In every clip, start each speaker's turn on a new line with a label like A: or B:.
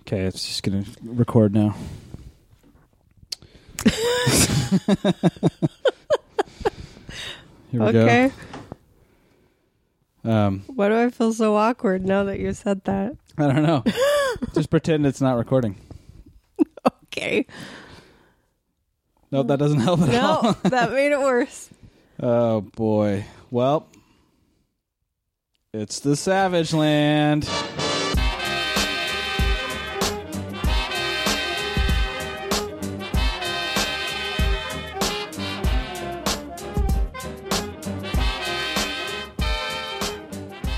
A: Okay, it's just gonna record now. Here we
B: Okay.
A: go. Um,
B: Why do I feel so awkward now that you said that?
A: I don't know. just pretend it's not recording.
B: Okay.
A: Nope, that doesn't help at all.
B: No, that made it worse.
A: Oh boy. Well, it's the Savage Land.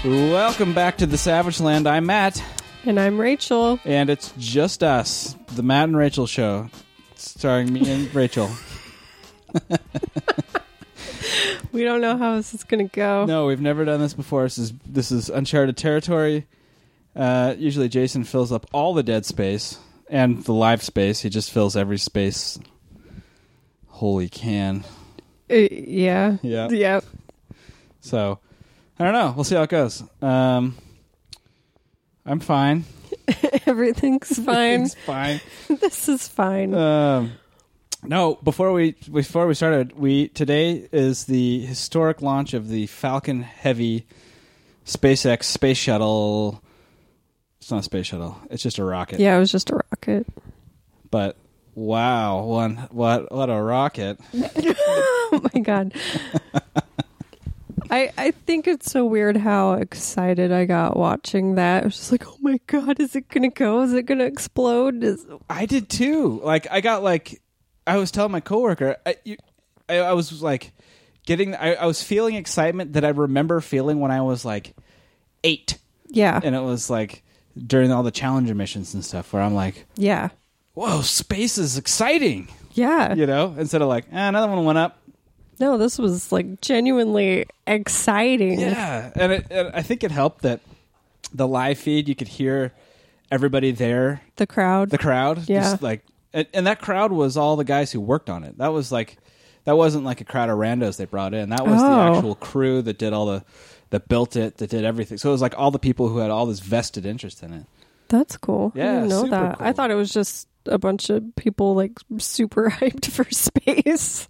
A: Welcome back to the Savage Land. I'm Matt,
B: And I'm Rachel.
A: and it's just us, the Matt and Rachel show, starring me and Rachel.
B: We don't know how this is going to go.
A: No, we've never done this before. This is this is uncharted territory. Uh, usually, Jason fills up all the dead space and the live space. He just fills every space. Holy can!
B: Uh, yeah.
A: Yeah.
B: Yeah.
A: So, I don't know. We'll see how it goes. Um, I'm fine.
B: Everything's fine.
A: It's fine.
B: this is fine.
A: Um, no, before we before we started, we today is the historic launch of the Falcon Heavy SpaceX space shuttle. It's not a space shuttle; it's just a rocket.
B: yeah, it was just a rocket.
A: But wow, one what what a rocket!
B: Oh my god. I I think it's so weird how excited I got watching that. I was just like, "Oh my god, is it going to go? Is it going to explode?" Is
A: I did too. Like I got like I was telling my coworker, I you, I, I was like getting I, I was feeling excitement that I remember feeling when I was like eight.
B: Yeah.
A: and it was like during all the Challenger missions and stuff, where I'm like,
B: yeah.
A: "Whoa, space is exciting!"
B: Yeah.
A: You know, instead of like, ah, "Another one went up."
B: No, this was like genuinely exciting.
A: Yeah, and, it, and I think it helped that the live feed you could hear everybody there,
B: The crowd.
A: the crowd,
B: Yeah.
A: just like, and, and that crowd was all the guys who worked on it. That was like, that wasn't like a crowd of randos they brought in. That was
B: Oh.
A: the actual crew that did all the that built it, that did everything. So it was like all the people who had all this vested interest in it.
B: That's cool. I
A: Yeah,
B: didn't know
A: super
B: that. I
A: cool.
B: thought it was just a bunch of people like super hyped for space.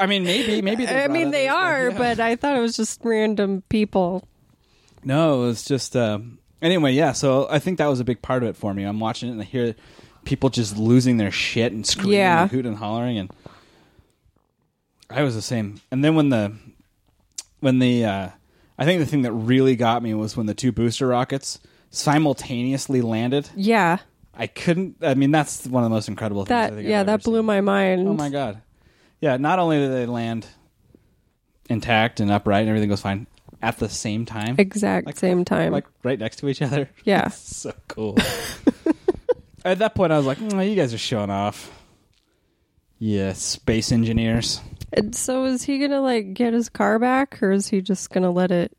A: I mean, maybe, maybe. They
B: I
A: brought
B: mean, they
A: others, but
B: are,
A: yeah.
B: but I thought it was just random people.
A: No, it was just um, anyway. Yeah, so I think that was a big part of it for me. I'm watching it and I hear people just losing their shit and screaming,
B: Yeah.
A: and hooting and hollering, and I was the same. And then when the when the uh, I think the thing that really got me was when the two booster rockets simultaneously landed.
B: Yeah,
A: I couldn't. I mean, that's one of the most incredible things. I
B: that
A: think I've
B: yeah,
A: ever
B: that blew
A: seen.
B: my mind.
A: Oh my god! Yeah, not only did they land intact and upright and everything was fine at the same time
B: Exact
A: Like-
B: same time.
A: like right next to each other.
B: yeah,
A: so cool. At that point, I was like, "Mm, "You guys are showing off." Yeah, space engineers.
B: and so is he gonna like get his car back, or is he just gonna let it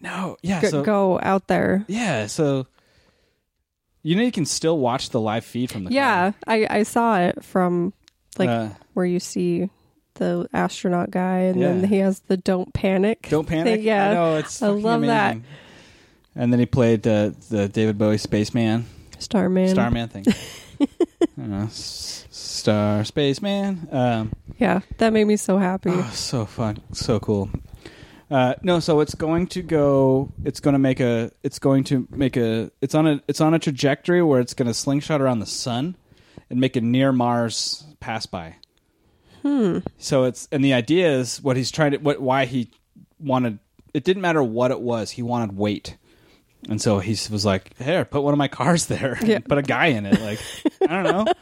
A: No, yeah,
B: g-
A: so
B: go out there?
A: yeah, so you know you can still watch the live feed from the
B: Yeah,
A: car.
B: I I saw it from like
A: Uh,
B: where you see the astronaut guy, and then
A: Yeah.
B: he has the "Don't Panic."
A: don't panic.
B: thing. Yeah,
A: I know it's.
B: I
A: fucking
B: love that.
A: amazing. And then he played uh, the David Bowie Spaceman,
B: Starman.
A: Starman thing. I don't know, s- Star Spaceman. Um,
B: Yeah, that made me so happy.
A: Oh, so fun, so cool. Uh, no, so it's going to go. It's going to make a. It's going to make a. It's on a. It's on a trajectory where it's going to slingshot around the sun, and make a near Mars pass by. Hmm. So it's and the idea is what he's trying to what why he wanted. It didn't matter what it was. He wanted weight, and so he was like, "Here, put one of my cars there.
B: Yeah.
A: put a guy in it. Like I don't know."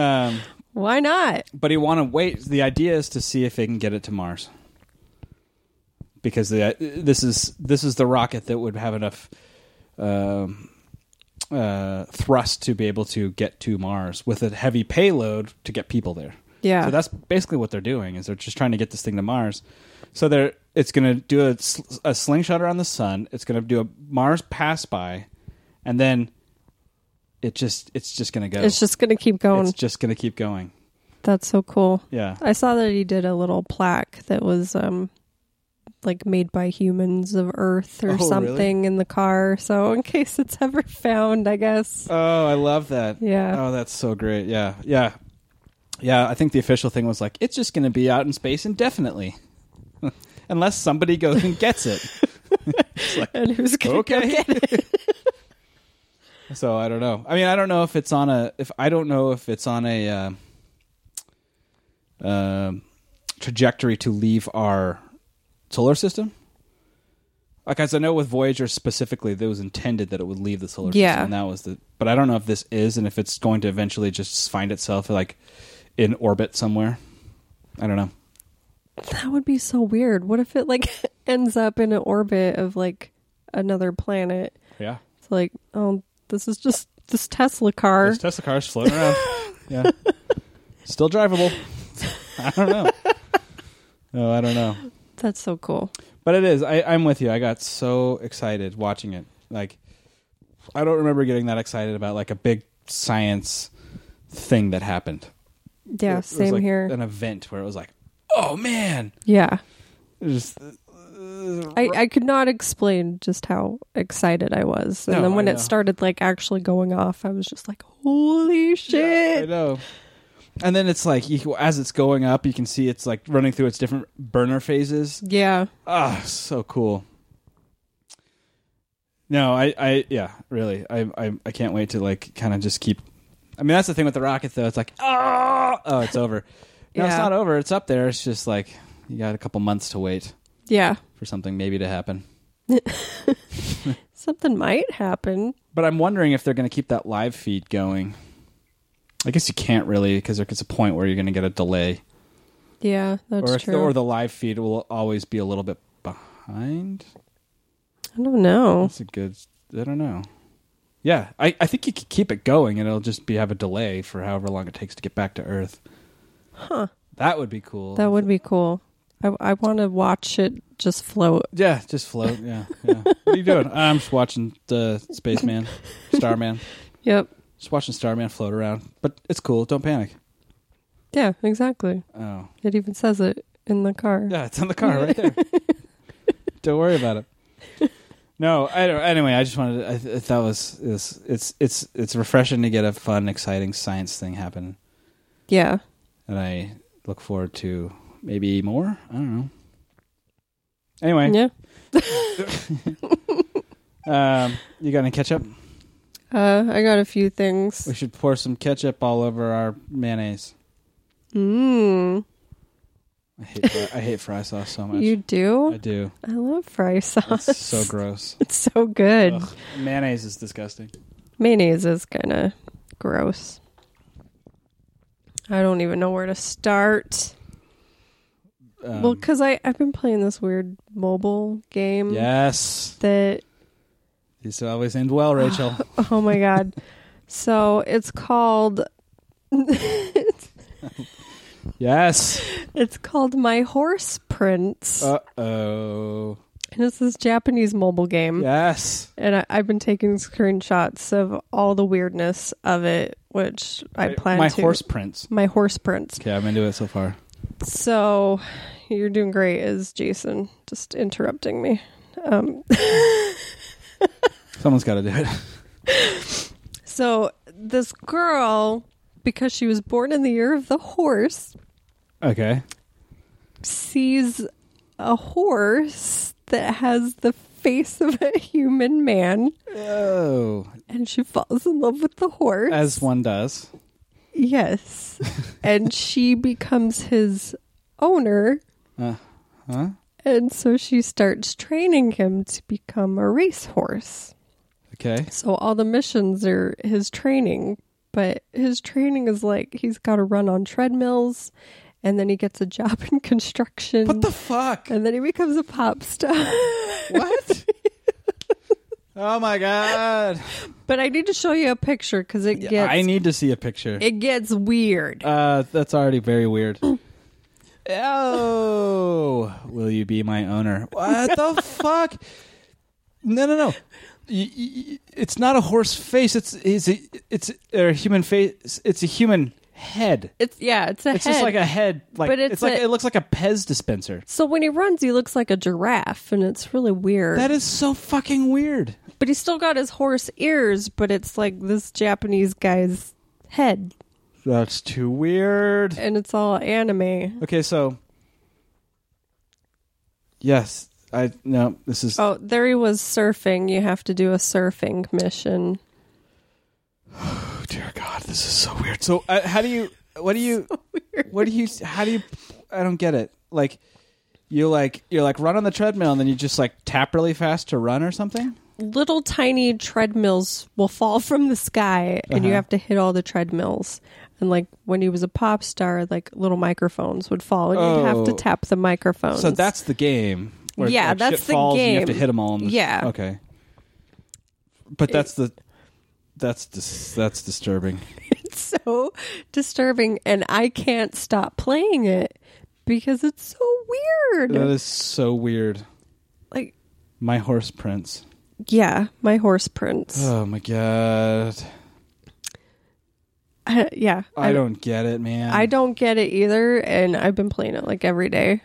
A: Um,
B: Why not?
A: but he wanted wait. The idea is to see if they can get it to Mars, because the, uh, this is this is the rocket that would have enough um, uh, thrust to be able to get to Mars with a heavy payload to get people there.
B: Yeah.
A: So that's basically what they're doing is they're just trying to get this thing to Mars. So they're it's going to do a, sl- a slingshot around the sun. It's going to do a Mars pass by, and then it just it's just going to go.
B: It's just gonna keep going.
A: it's just going to keep going.
B: That's so cool.
A: Yeah.
B: I saw that he did a little plaque that was um like made by humans of Earth or
A: Oh, really?
B: something in the car. So in case it's ever found, I guess.
A: Oh, I love that.
B: Yeah.
A: Oh, that's so great. Yeah. Yeah. Yeah. I think the official thing was like, it's just going to be out in space indefinitely. Unless somebody goes and gets it.
B: and who's gonna go
A: okay.
B: get it?
A: so I don't know. I mean, I don't know if it's on a, if I don't know if it's on a, uh, um trajectory to leave our solar system. Like, as I know with Voyager specifically, that was intended that it would leave the solar
B: Yeah.
A: system. And that was the, but I don't know if this is and if it's going to eventually just find itself like in orbit somewhere. I don't know.
B: That would be so weird. What if it like ends up in an orbit of like another planet?
A: Yeah.
B: It's like, oh, this is just this Tesla car.
A: There's Tesla cars floating around. yeah. Still drivable. I don't know. No, I don't know.
B: That's so cool.
A: But it is. I, I'm with you. I got so excited watching it. Like, I don't remember getting that excited about like a big science thing that happened. It
B: Yeah,
A: was,
B: same
A: like,
B: here.
A: An event where it was like, oh man,
B: yeah.
A: It was just uh,
B: I, I could not explain just how excited I was. And
A: No,
B: then when
A: I
B: it
A: know.
B: started like actually going off, I was just like, holy
A: I
B: shit.
A: know. And then it's like you, as it's going up, you can see it's like running through its different burner phases.
B: Yeah.
A: Ah, so cool. No, I, I, yeah, really, I, I, I can't wait to like kind of just keep. I mean, that's the thing with the rocket, though. It's like, oh, oh, it's over. No, it's
B: Yeah.
A: not over. It's up there. It's just like you got a couple months to wait
B: Yeah.
A: for something maybe to happen.
B: Something might happen.
A: But I'm wondering if they're going to keep that live feed going. I guess you can't really because there gets a point where you're going to get a delay,
B: Yeah, that's
A: or if
B: true.
A: the, or the live feed will always be a little bit behind.
B: I don't know.
A: That's a good. I don't know. Yeah, I, I think you could keep it going, and it'll just be have a delay for however long it takes to get back to Earth.
B: Huh.
A: That would be cool.
B: That would be cool. I, I want to watch it just float.
A: yeah, just float. Yeah, yeah. what are you doing? I'm just watching the Spaceman, Starman.
B: Yep.
A: Just watching Starman float around. But it's cool. Don't panic.
B: Yeah, exactly.
A: Oh,
B: It even says it in the car.
A: yeah, it's on the car right there. don't worry about it. No, I don't. Anyway, I just wanted. To, I, th- I thought it was it's it's it's it's refreshing to get a fun, exciting science thing happening.
B: Yeah.
A: and I look forward to maybe more. I don't know. Anyway,
B: Yeah.
A: um, you got any ketchup?
B: Uh, I got a few
A: We
B: things.
A: should pour some ketchup all over our mayonnaise.
B: Mmm.
A: I hate fry, I hate fry sauce so much.
B: You
A: I
B: do?
A: do.
B: I love fry sauce.
A: It's so gross.
B: It's so good.
A: Ugh. Mayonnaise is disgusting.
B: Mayonnaise is kind of gross. I don't even know where to start. Well,
A: Um,
B: well, because I've been playing this weird mobile game
A: yes,
B: that
A: these always end well, Rachel.
B: Oh my god. so it's called
A: yes.
B: it's called My Horse Prince.
A: Uh oh.
B: and it's this Japanese mobile game.
A: Yes.
B: And I, I've been taking screenshots of all the weirdness of it, which I
A: My-
B: plan
A: my
B: to
A: horse prints.
B: my horse prints.
A: Okay, I'm into it so far.
B: So you're doing great is Jason just interrupting me. Um
A: Someone's got to do it.
B: so this girl because she was born in the year of the horse
A: Okay.
B: sees a horse that has the face of a human man
A: Oh,
B: and she falls in love with the horse.
A: as one does.
B: yes. and she becomes his owner
A: Huh?
B: and so she starts training him to become a racehorse.
A: Okay.
B: So all the missions are his training, but his training is like he's got to run on treadmills and then he gets a job in construction
A: What the fuck?
B: and then he becomes a pop star.
A: What? oh my god!
B: But I need to show you a picture because it gets
A: I need to see a picture.
B: it gets weird.
A: Uh, that's already very weird. oh, will you be my owner? What the fuck? No, no, no. Y- y- y- It's not a horse face. It's it's a, it's a, or a human face. It's a human head.
B: It's yeah, it's a
A: It's
B: head.
A: just like a head. Like
B: But
A: it's,
B: it's
A: like
B: a-
A: it looks like a Pez dispenser.
B: so when he runs, he looks like a giraffe, and it's really weird.
A: That is so fucking weird.
B: but he's still got his horse ears, but it's like this Japanese guy's head,
A: That's too weird.
B: and it's all anime.
A: Okay, so yes, I no. This is
B: Oh, there he was surfing. You have to do a surfing mission.
A: oh dear God, this is so weird. So uh, how do you? What do you? What do you? How do you? I don't get it. Like you like you're like run on the treadmill and then you just like tap really fast to run or something.
B: Little tiny treadmills will fall from the sky, and you
A: Uh-huh.
B: have to hit all the treadmills. And like when he was a pop star, like little microphones would fall, and you'd have to
A: Oh.
B: tap the microphones.
A: So that's the game.
B: Yeah,
A: like,
B: that's
A: shit
B: the
A: falls And you have to
B: game.
A: hit them all. In the,
B: Yeah.
A: Okay. But that's the that's dis- that's disturbing.
B: so disturbing and I can't stop playing it because it's so weird.
A: That is so weird.
B: like
A: My horse prints.
B: yeah, my horse prints.
A: Oh my god.
B: yeah.
A: I, don't get it, man.
B: I don't get it either and I've been playing it like every day.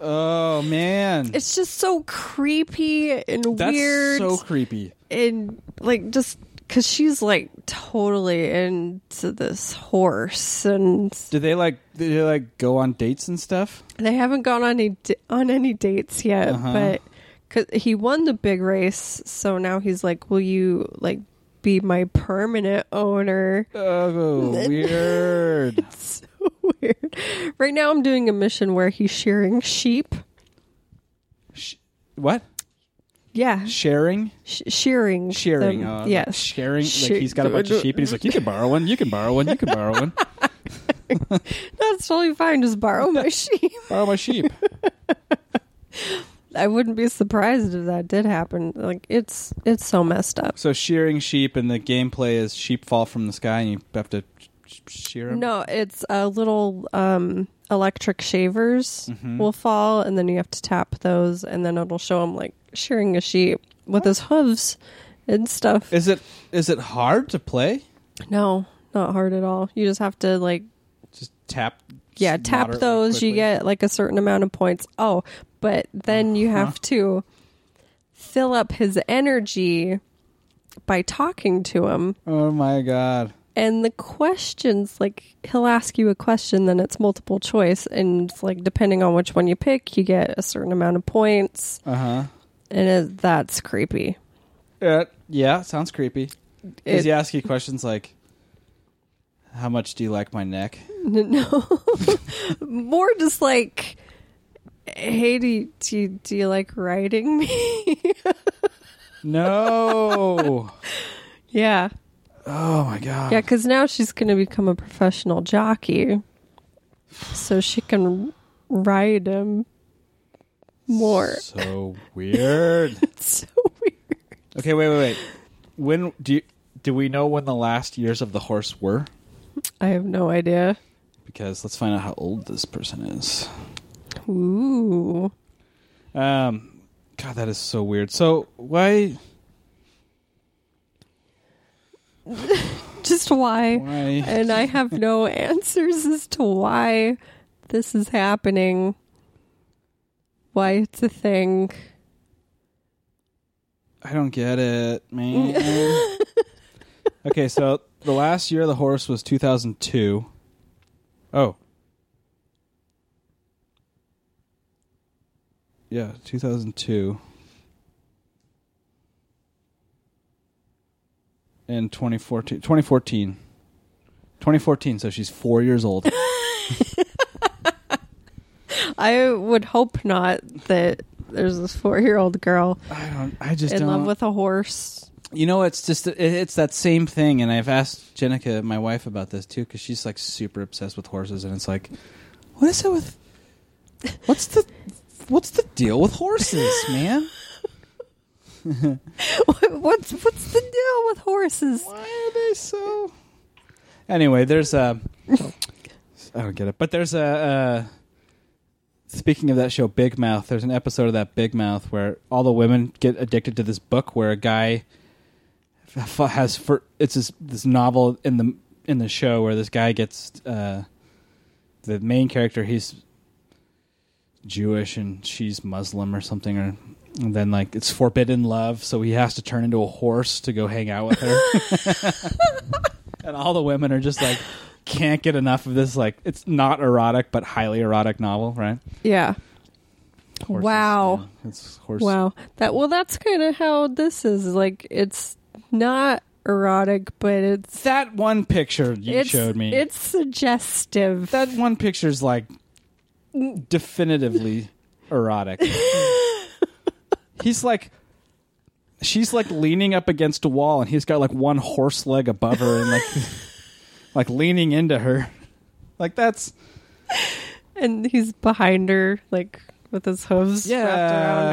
A: Oh man.
B: It's just so creepy and
A: that's
B: weird
A: so creepy.
B: and like just cuz she's like totally into this horse and
A: Do they like do they like go on dates and stuff?
B: They haven't gone on any on any dates yet,
A: Uh-huh.
B: but cause he won the big race, so now he's like, "Will you like be my permanent owner?"
A: Oh, weird.
B: So weird. Right now, I'm doing a mission where he's shearing sheep.
A: Sh- what?
B: Yeah,
A: Sharing?
B: sh- shearing,
A: Shearing.
B: them.
A: uh, like
B: Um, yes,
A: Sharing.
B: She-
A: like he's got a bunch of sheep and he's like, you can borrow one, you can borrow one, you can borrow one.
B: That's totally fine. Just borrow my sheep.
A: borrow my sheep.
B: I wouldn't be surprised if that did happen. Like it's it's so messed up.
A: So shearing sheep and the gameplay is sheep fall from the sky and you have to sh- sh- shear them.
B: No, it's uh, little um, electric shavers
A: Mm-hmm.
B: will fall, and then you have to tap those, and then it'll show him like shearing a sheep with his hooves and stuff.
A: Is it is it hard to play?
B: no, not hard at all. You just have to like
A: Just tap.
B: yeah,
A: just
B: tap
A: moderately
B: those. You
A: quickly?
B: get like a certain amount of points. Oh, but then you
A: Uh-huh.
B: have to fill up his energy by talking to him.
A: Oh my god.
B: and the questions like he'll ask you a question then it's multiple choice and it's like depending on which one you pick you get a certain amount of points
A: Uh huh.
B: and it, that's creepy
A: Uh, yeah, sounds creepy. Does
B: It-
A: he ask you questions like, "How much do you like my neck?"
B: no more just like hey do you, do you, do you like writing me
A: No.
B: yeah
A: oh my god.
B: yeah because now she's going to become a professional jockey so she can ride him more
A: So weird.
B: it's so weird
A: okay, wait, wait, wait. When do you, do we know when the last years of the horse were?
B: i have no idea
A: Because let's find out how old this person is.
B: Ooh.
A: Um, God, that is so weird. So why
B: Just why?
A: why
B: And I have no answers as to why this is happening, why it's a thing.
A: I don't get it, man. okay, so the last year of the horse was 2002. Oh. Yeah, 2002. And 2014. 2014. 2014, so she's four years old.
B: I would hope not that there's this four year old girl
A: I don't. I just
B: in
A: don't.
B: love with a horse.
A: You know, it's just it, it's that same thing, and I've asked Jenica, my wife, about this too, because she's like super obsessed with horses, and it's like, what is it with? What's the what's the deal with horses, man?
B: what's what's the deal with horses?
A: Why are they so? Anyway, there's a. I don't get it, but there's a. Uh, speaking of that show, Big Mouth, there's an episode of that Big Mouth where all the women get addicted to this book where a guy f- has for it's this, this novel in the in the show where this guy gets uh, the main character. He's Jewish and she's Muslim or something, or and then like it's forbidden love, so he has to turn into a horse to go hang out with her. and all the women are just like can't get enough of this. Like it's not erotic, but highly erotic novel, right?
B: Yeah.
A: Horses,
B: Wow.
A: yeah. it's horse.
B: Wow. That well that's kind of how this is. Like it's not erotic, but it's
A: That one picture you
B: it's,
A: showed me.
B: It's suggestive.
A: that one picture's like definitively erotic. he's like she's like leaning up against a wall and he's got like one horse leg above her and like like leaning into her. Like that's
B: and he's behind her like with his hooves wrapped around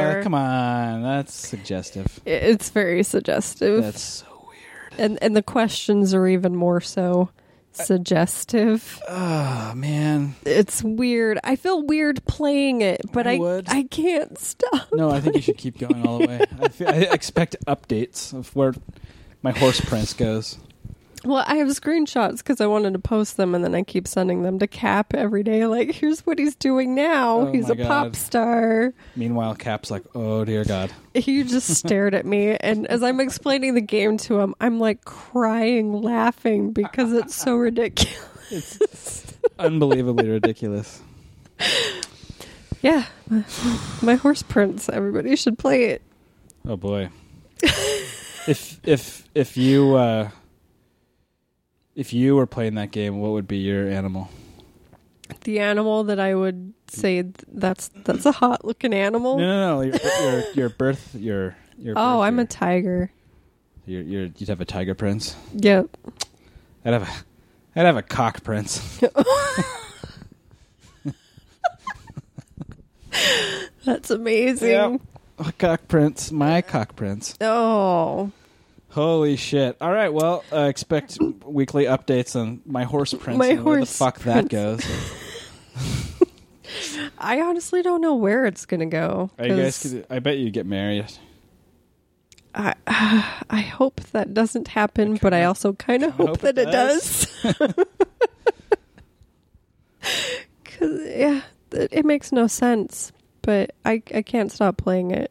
A: yeah.
B: her.
A: uh, Come on, that's suggestive.
B: It- It's very suggestive.
A: That's so weird.
B: and and the questions are even more so suggestive.
A: Oh man.
B: It's weird. I feel weird playing it, but
A: I
B: I
A: would.
B: I can't stop.
A: No, I think you should keep going all the way. I, feel, I expect updates of where my horse prince goes.
B: Well, I have screenshots because I wanted to post them, and then I keep sending them to Cap every day. Like, here's what he's doing now.
A: Oh
B: he's
A: my
B: a pop
A: God.
B: star.
A: Meanwhile, Cap's like, "Oh dear God."
B: He just stared at me, and as I'm explaining the game to him, I'm like crying, laughing because it's so ridiculous.
A: unbelievably ridiculous.
B: Yeah, my, my horse prince. Everybody should play it.
A: Oh boy. if if if you uh if you were playing that game, what would be your animal?
B: The animal that I would say th- that's that's a hot looking animal.
A: No, no, no. Your your, your birth, your your.
B: oh,
A: birth,
B: I'm a
A: your-
B: tiger.
A: your, your, you'd have a tiger prince.
B: Yep.
A: I'd have a, I'd have a cock prince.
B: That's amazing.
A: Yep. A cock prince. My cock prince.
B: Oh.
A: Holy shit! All right, well, uh, expect weekly updates on my horse prince
B: My
A: and where the
B: horse
A: fuck that goes.
B: I honestly don't know where it's gonna go.
A: Are you guys?
B: 'cause
A: gonna- I bet you get married.
B: I, I hope that doesn't happen, but I also kind of hope,
A: hope it
B: that it does. Cause yeah, it, it makes no sense. But I I can't stop playing it.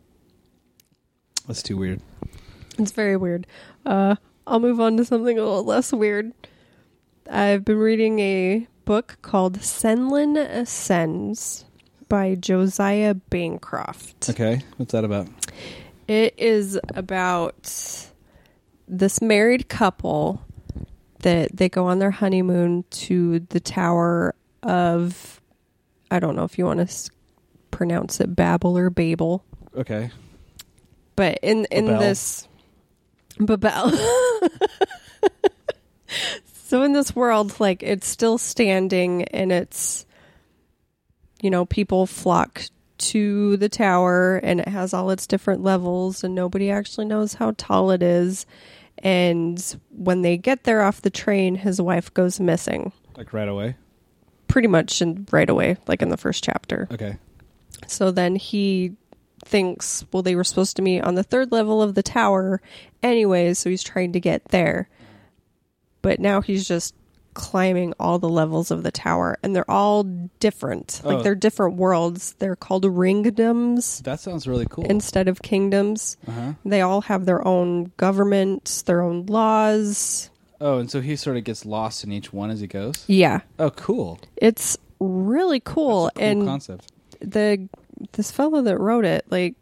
A: That's too weird.
B: It's very weird. Uh, I'll move on to something a little less weird. I've been reading a book called Senlin Ascends by Josiah Bancroft.
A: Okay, what's that about?
B: It is about this married couple that they go on their honeymoon to the Tower of, I don't know if you want to s- pronounce it Babel or Babel,
A: Okay.
B: but in in
A: Babel.
B: this Babel. so in this world, like it's still standing, and it's you know people flock to the tower, and it has all its different levels, and nobody actually knows how tall it is. And when they get there off the train, his wife goes missing,
A: Like right away.
B: pretty much in, right away, like in the first chapter.
A: Okay.
B: So then he thinks, well, they were supposed to meet on the third level of the tower anyway, so he's trying to get there. But now he's just climbing all the levels of the tower, and they're all different.
A: Oh.
B: Like they're different worlds. They're called ringdoms
A: That sounds really cool.
B: instead of kingdoms.
A: uh-huh.
B: They all have their own governments, their own laws.
A: Oh, and so he sort of gets lost in each one as he goes.
B: Yeah,
A: Oh, cool.
B: it's really cool.
A: That's a cool
B: and
A: concept.
B: the this fellow that wrote it, like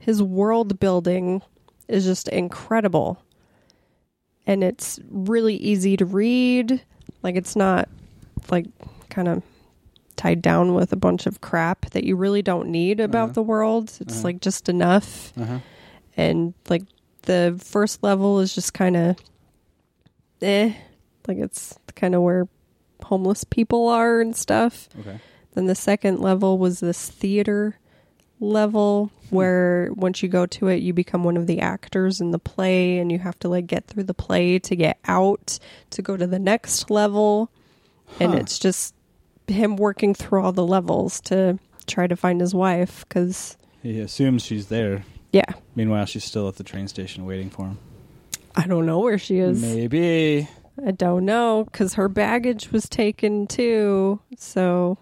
B: his world building is just incredible. And it's really easy to read. Like it's not like kind of tied down with a bunch of crap that you really don't need about
A: Uh-huh.
B: the world. It's
A: Uh-huh.
B: like just enough
A: Uh-huh.
B: and like the first level is just kind of eh like it's kind of where homeless people are and stuff.
A: Okay.
B: Then the second level was this theater level where once you go to it, you become one of the actors in the play and you have to like get through the play to get out to go to the next level. And
A: Huh.
B: it's just him working through all the levels to try to find his wife because,
A: He assumes she's there.
B: yeah.
A: Meanwhile, she's still at the train station waiting for him.
B: I don't know where she is.
A: Maybe.
B: I don't know because her baggage was taken too. So,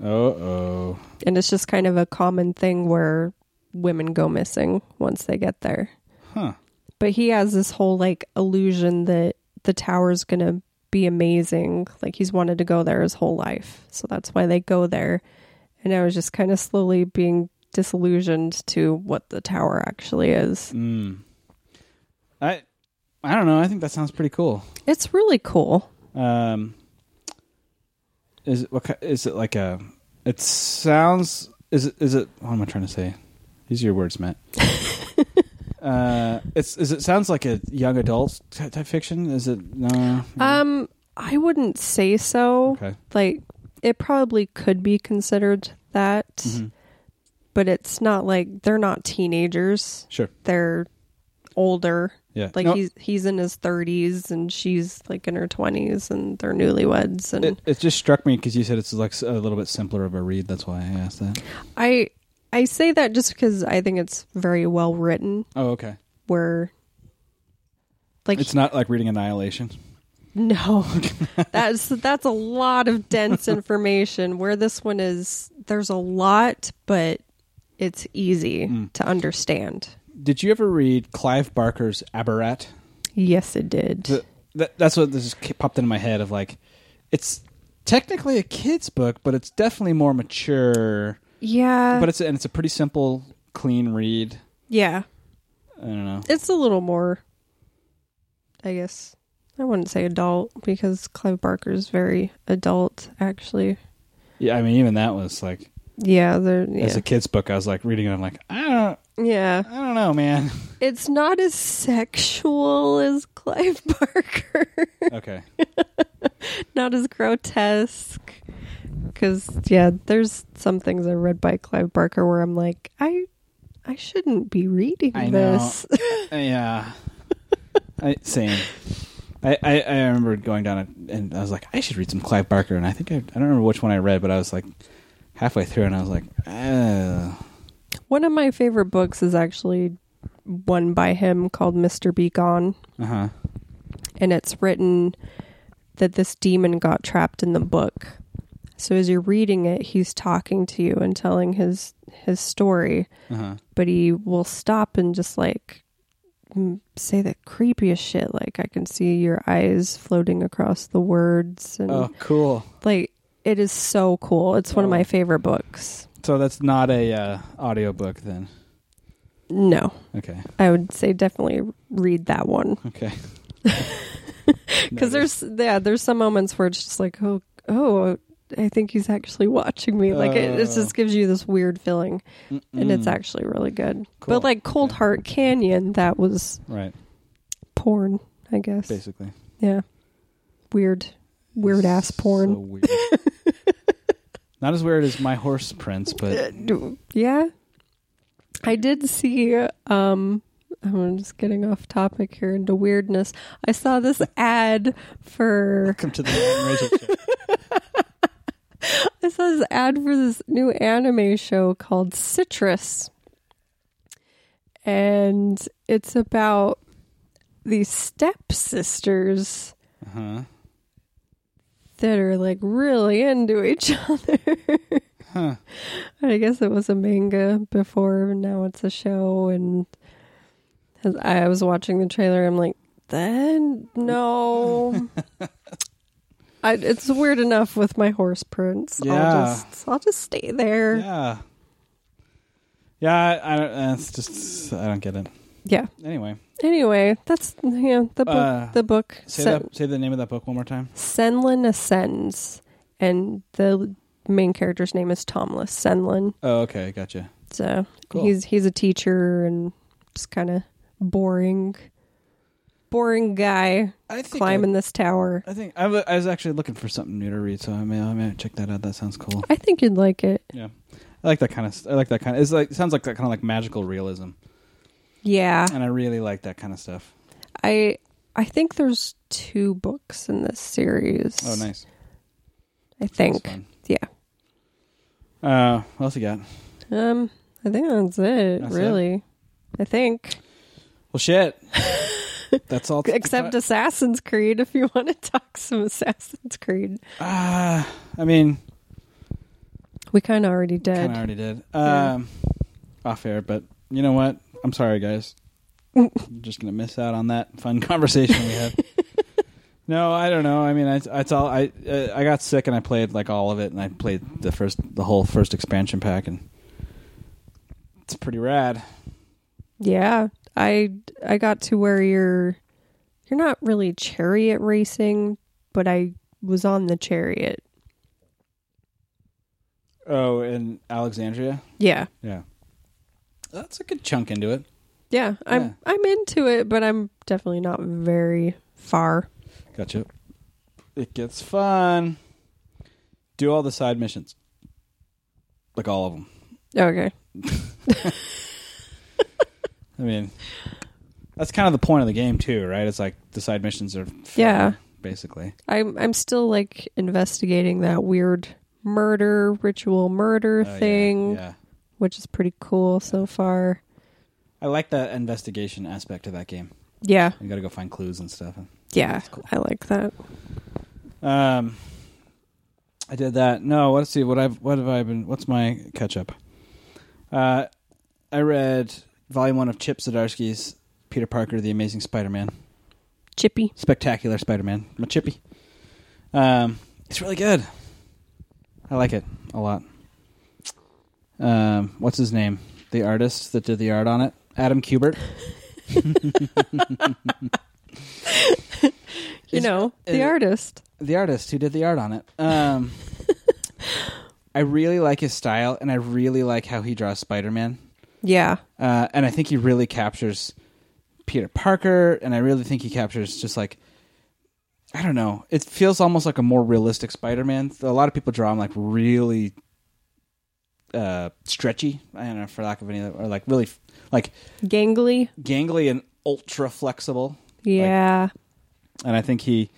A: Uh oh.
B: and it's just kind of a common thing where women go missing once they get there.
A: Huh.
B: But he has this whole like illusion that the tower's going to be amazing. Like he's wanted to go there his whole life. So that's why they go there. And I was just kind of slowly being disillusioned to what the tower actually is.
A: Mm. I I don't know. I think that sounds pretty cool.
B: It's really cool.
A: Um, is it what ki- is it like a? It sounds is it is it? What am I trying to say? These are your words, Matt. uh, it's is it sounds like a young adult ty- type fiction? Is it no?
B: Um, I wouldn't say so.
A: Mm-hmm. okay.
B: like it probably could be considered that
A: Mhm.
B: but it's not like they're not teenagers
A: Sure.
B: they're older
A: Yeah.
B: like
A: No,
B: he's he's in his 30s and she's like in her 20s and they're newlyweds and
A: It, it just struck me because you said it's like s- a little bit simpler of a read. That's why I asked that.
B: i i say that just because i think it's very well written
A: Oh, okay.
B: where like
A: It's not like reading Annihilation.
B: No, that's that's a lot of dense information. Where this one is, there's a lot, but it's easy
A: Mm.
B: to understand.
A: Did you ever read Clive Barker's Aberrat?
B: Yes, it did.
A: The- that, that's what this just popped into my head of like, it's technically a kid's book, but it's definitely more mature.
B: yeah,
A: But it's and it's a pretty simple, clean read.
B: yeah,
A: I don't know.
B: it's a little more. I guess I wouldn't say adult because Clive Barker's very adult, actually.
A: Yeah, I mean, even that was like
B: Yeah, they're
A: as
B: yeah,
A: a kid's book. I was like reading it. I'm like, I don't,
B: yeah.
A: I don't know, man.
B: It's not as sexual as Clive Barker.
A: okay,
B: not as grotesque because yeah there's some things i read by clive barker where i'm like i i shouldn't be reading
A: I know.
B: this
A: yeah, uh, I, same. I, I, I remember going down it and I was like, I should read some Clive Barker, and I think I, I don't remember which one I read, but I was like halfway through, and I was like, oh.
B: one of my favorite books is actually one by him called mr be gone
A: uh huh.
B: and it's written that this demon got trapped in the book so as you're reading it he's talking to you and telling his his story
A: Uh-huh.
B: but he will stop and just like m- say the creepiest shit like i can see your eyes floating across the words and
A: Oh, cool.
B: like it is so cool it's one of
A: Oh.
B: my favorite books
A: So that's not a uh, audiobook then.
B: no
A: Okay.
B: i would say definitely read that one
A: Okay.
B: because there's yeah there's some moments where it's just like oh oh i think he's actually watching me like it, it
A: Oh. Mm.
B: just gives you this weird feeling and it's actually really good
A: Cool.
B: but like cold
A: Okay.
B: heart canyon that was
A: right,
B: porn i guess
A: basically
B: Yeah. Weird, weird ass
A: So
B: porn.
A: weird. not as weird as my horse prince, but
B: Uh, yeah. I did see, um, I'm just getting off topic here into weirdness. I saw this ad for,
A: welcome to the Modern Razor Show.
B: I saw this ad for this new anime show called Citrus. And it's about these stepsisters
A: Uh-huh.
B: that are like really into each other.
A: Huh.
B: I guess it was a manga before, and now it's a show. And as I was watching the trailer, I'm like, then no. I, it's weird enough with my horse prints. I'll
A: Yeah.
B: just, I'll just stay there. Yeah.
A: Yeah. Yeah, I, I don't. Uh, it's just I don't get it. Anyway,
B: Anyway, that's yeah the book.
A: Uh,
B: the book.
A: say
B: Sen-
A: that. Say the name of that book one more time.
B: Senlin ascends, and the main character's name is Tomless Senlin.
A: Oh, okay, gotcha.
B: So
A: Cool.
B: he's he's a teacher and just kind of boring, boring guy
A: I think uh,
B: climbing this tower.
A: I, think I wa- I was actually looking for something new to read, so I may I may check that out. That sounds cool.
B: I think you'd like it.
A: Yeah, I like that kind of. I like that kind of. It's like it sounds like that kind of like magical realism,
B: Yeah,
A: and I really like that kind of stuff.
B: I I think there's two books in this series.
A: Oh, nice.
B: I
A: That's
B: think.
A: fun.
B: Yeah.
A: Uh, what else you got?
B: Um, I think that's it.
A: That's it?
B: really, I think.
A: Well, shit. That's all.
B: Except Assassin's Creed, if you want to talk some Assassin's Creed.
A: Ah, I mean,
B: We kind of already did.
A: kind of already did. Um, Off air, but you know what? I'm sorry, guys. I'm just gonna miss out on that fun conversation we had. no, I don't know. I mean, I, it's all I. Uh, I got sick and I played like all of it, and I played the first, the whole first expansion pack, and it's pretty rad.
B: Yeah, I I got to where you're you're not really chariot racing, but I was on the chariot.
A: Oh, in Alexandria,
B: Yeah.
A: yeah, that's a good chunk into it.
B: Yeah, I'm
A: Yeah.
B: I'm into it, but I'm definitely not very far.
A: Gotcha. It gets fun. Do all the side missions, like all of them.
B: Okay.
A: I mean, that's kind of the point of the game too, right? It's like the side missions are fun,
B: Yeah.
A: basically.
B: I'm I'm still like investigating that weird murder ritual murder
A: Oh, yeah,
B: thing,
A: Yeah,
B: which is pretty cool so far.
A: I like that investigation aspect of that game.
B: Yeah.
A: You got to go find clues and stuff.
B: Yeah.
A: cool.
B: I like that.
A: Um, I did that. No, let's see what I've what have I been? What's my catch up? Uh, I read volume one of Chip Zdarsky's Peter Parker: The Amazing Spider-Man.
B: Chippy.
A: Spectacular Spider-Man. My chippy. Um, it's really good. I like it a lot. Um, what's his name? The artist that did the art on it, Adam Kubert.
B: You
A: Is-
B: know,
A: is-
B: the artist.
A: the artist who did the art on it. Um, I really like his style, and I really like how he draws Spider-Man.
B: Yeah.
A: uh, and I think he really captures Peter Parker, and I really think he captures just like I don't know. It feels almost like a more realistic Spider-Man. A lot of people draw him like really uh, stretchy. I don't know for lack of any other, or like really f- like
B: Gangly.
A: gangly and ultra flexible.
B: Yeah.
A: And I think he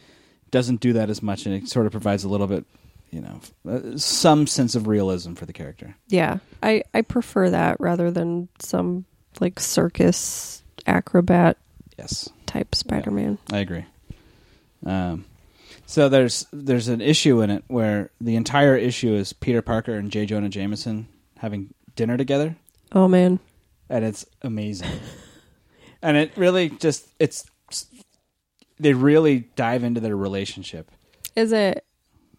A: doesn't do that as much, and it sort of provides a little bit, you know, uh, some sense of realism for the character.
B: yeah. I I prefer that rather than some like circus acrobat
A: Yes.
B: type Spider-Man.
A: I agree. Um, so there's there's an issue in it where the entire issue is Peter Parker and J. Jonah Jameson having dinner together,
B: Oh man.
A: and it's amazing. and it really just it's they really dive into their relationship.
B: Is it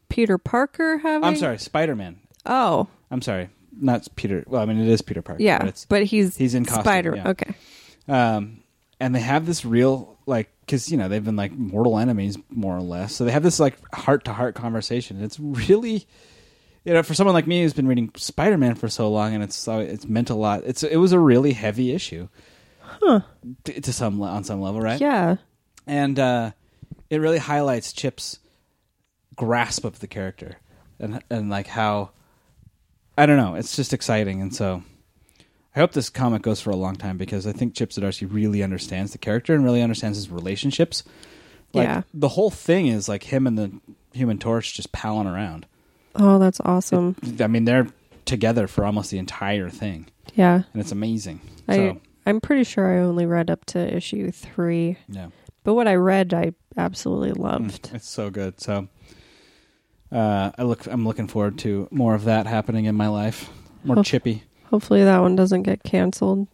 B: Peter Parker having
A: I'm sorry, Spider Man.
B: Oh,
A: I'm sorry, not Peter. Well, I mean it is Peter Parker.
B: yeah.
A: but
B: But,
A: it's
B: he's
A: he's in costume,
B: Spider.
A: yeah.
B: Okay.
A: um, and they have this real like because you know they've been like mortal enemies more or less so they have this like heart to heart conversation and it's really you know for someone like me who's been reading spider-man for so long and it's so it's meant a lot it's it was a really heavy issue huh to, to some le- on some level right
B: Yeah.
A: and uh, it really highlights Chip's grasp of the character and and like how I don't know, it's just exciting, and so I hope this comic goes for a long time because I think Chip Zdarsky really understands the character and really understands his relationships. Like,
B: Yeah.
A: the whole thing is like him and the Human Torch just palling around.
B: Oh, that's awesome.
A: I mean, they're together for almost the entire thing,
B: Yeah.
A: and it's amazing.
B: I
A: so
B: I'm pretty sure I only read up to issue 3,
A: yeah.
B: but what I read I absolutely
A: Hmm.
B: loved.
A: Mm, It's so good. So uh, I look. I'm looking forward to more of that happening in my life. More
B: Oh.
A: chippy.
B: Hopefully that one doesn't get canceled.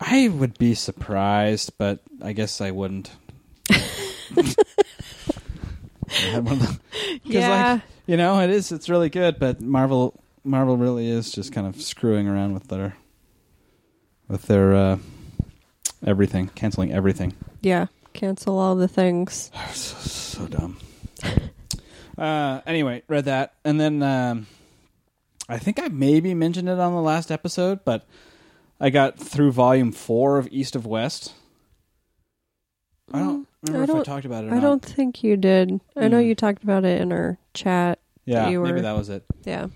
A: I would be surprised, but I guess I wouldn't. I had one of the- 'cause, like, you know, it is. It's really good, but Marvel, Marvel really is just kind of screwing around with their, with their uh, everything, canceling everything.
B: yeah. Cancel all the things.
A: so, so dumb. uh, anyway, read that, and then um, I think I maybe mentioned it on the last episode, but I got through volume four of East of West. I don't remember
B: Mm, I
A: if I
B: don't-
A: talked about it. Or
B: I
A: not.
B: don't think you did. I know
A: Mm.
B: you talked about it in our chat.
A: Yeah,
B: you
A: maybe
B: were-
A: that was it.
B: Yeah.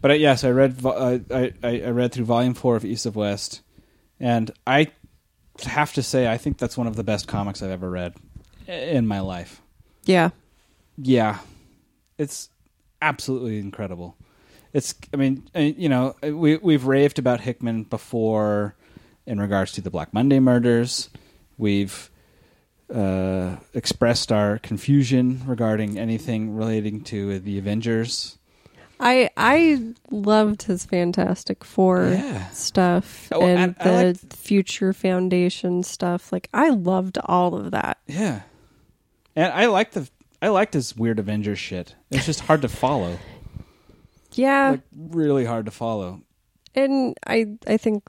A: But uh, yes, I read vo- uh, I, I I read through volume four of East of West, and I have to say I think that's one of the best comics I've ever read in my life.
B: Yeah.
A: Yeah, it's absolutely incredible. It's, I mean, uh, you know, we we've raved about Hickman before in regards to the Black Monday murders. We've uh, expressed our confusion regarding anything relating to the Avengers.
B: I I loved his Fantastic Four
A: Yeah.
B: stuff
A: Oh,
B: and
A: I- I
B: the
A: liked-
B: Future Foundation stuff. Like I loved all of that.
A: Yeah, and I like the I liked his weird Avengers shit. It's just hard to follow,
B: Yeah,
A: like really hard to follow.
B: and I I think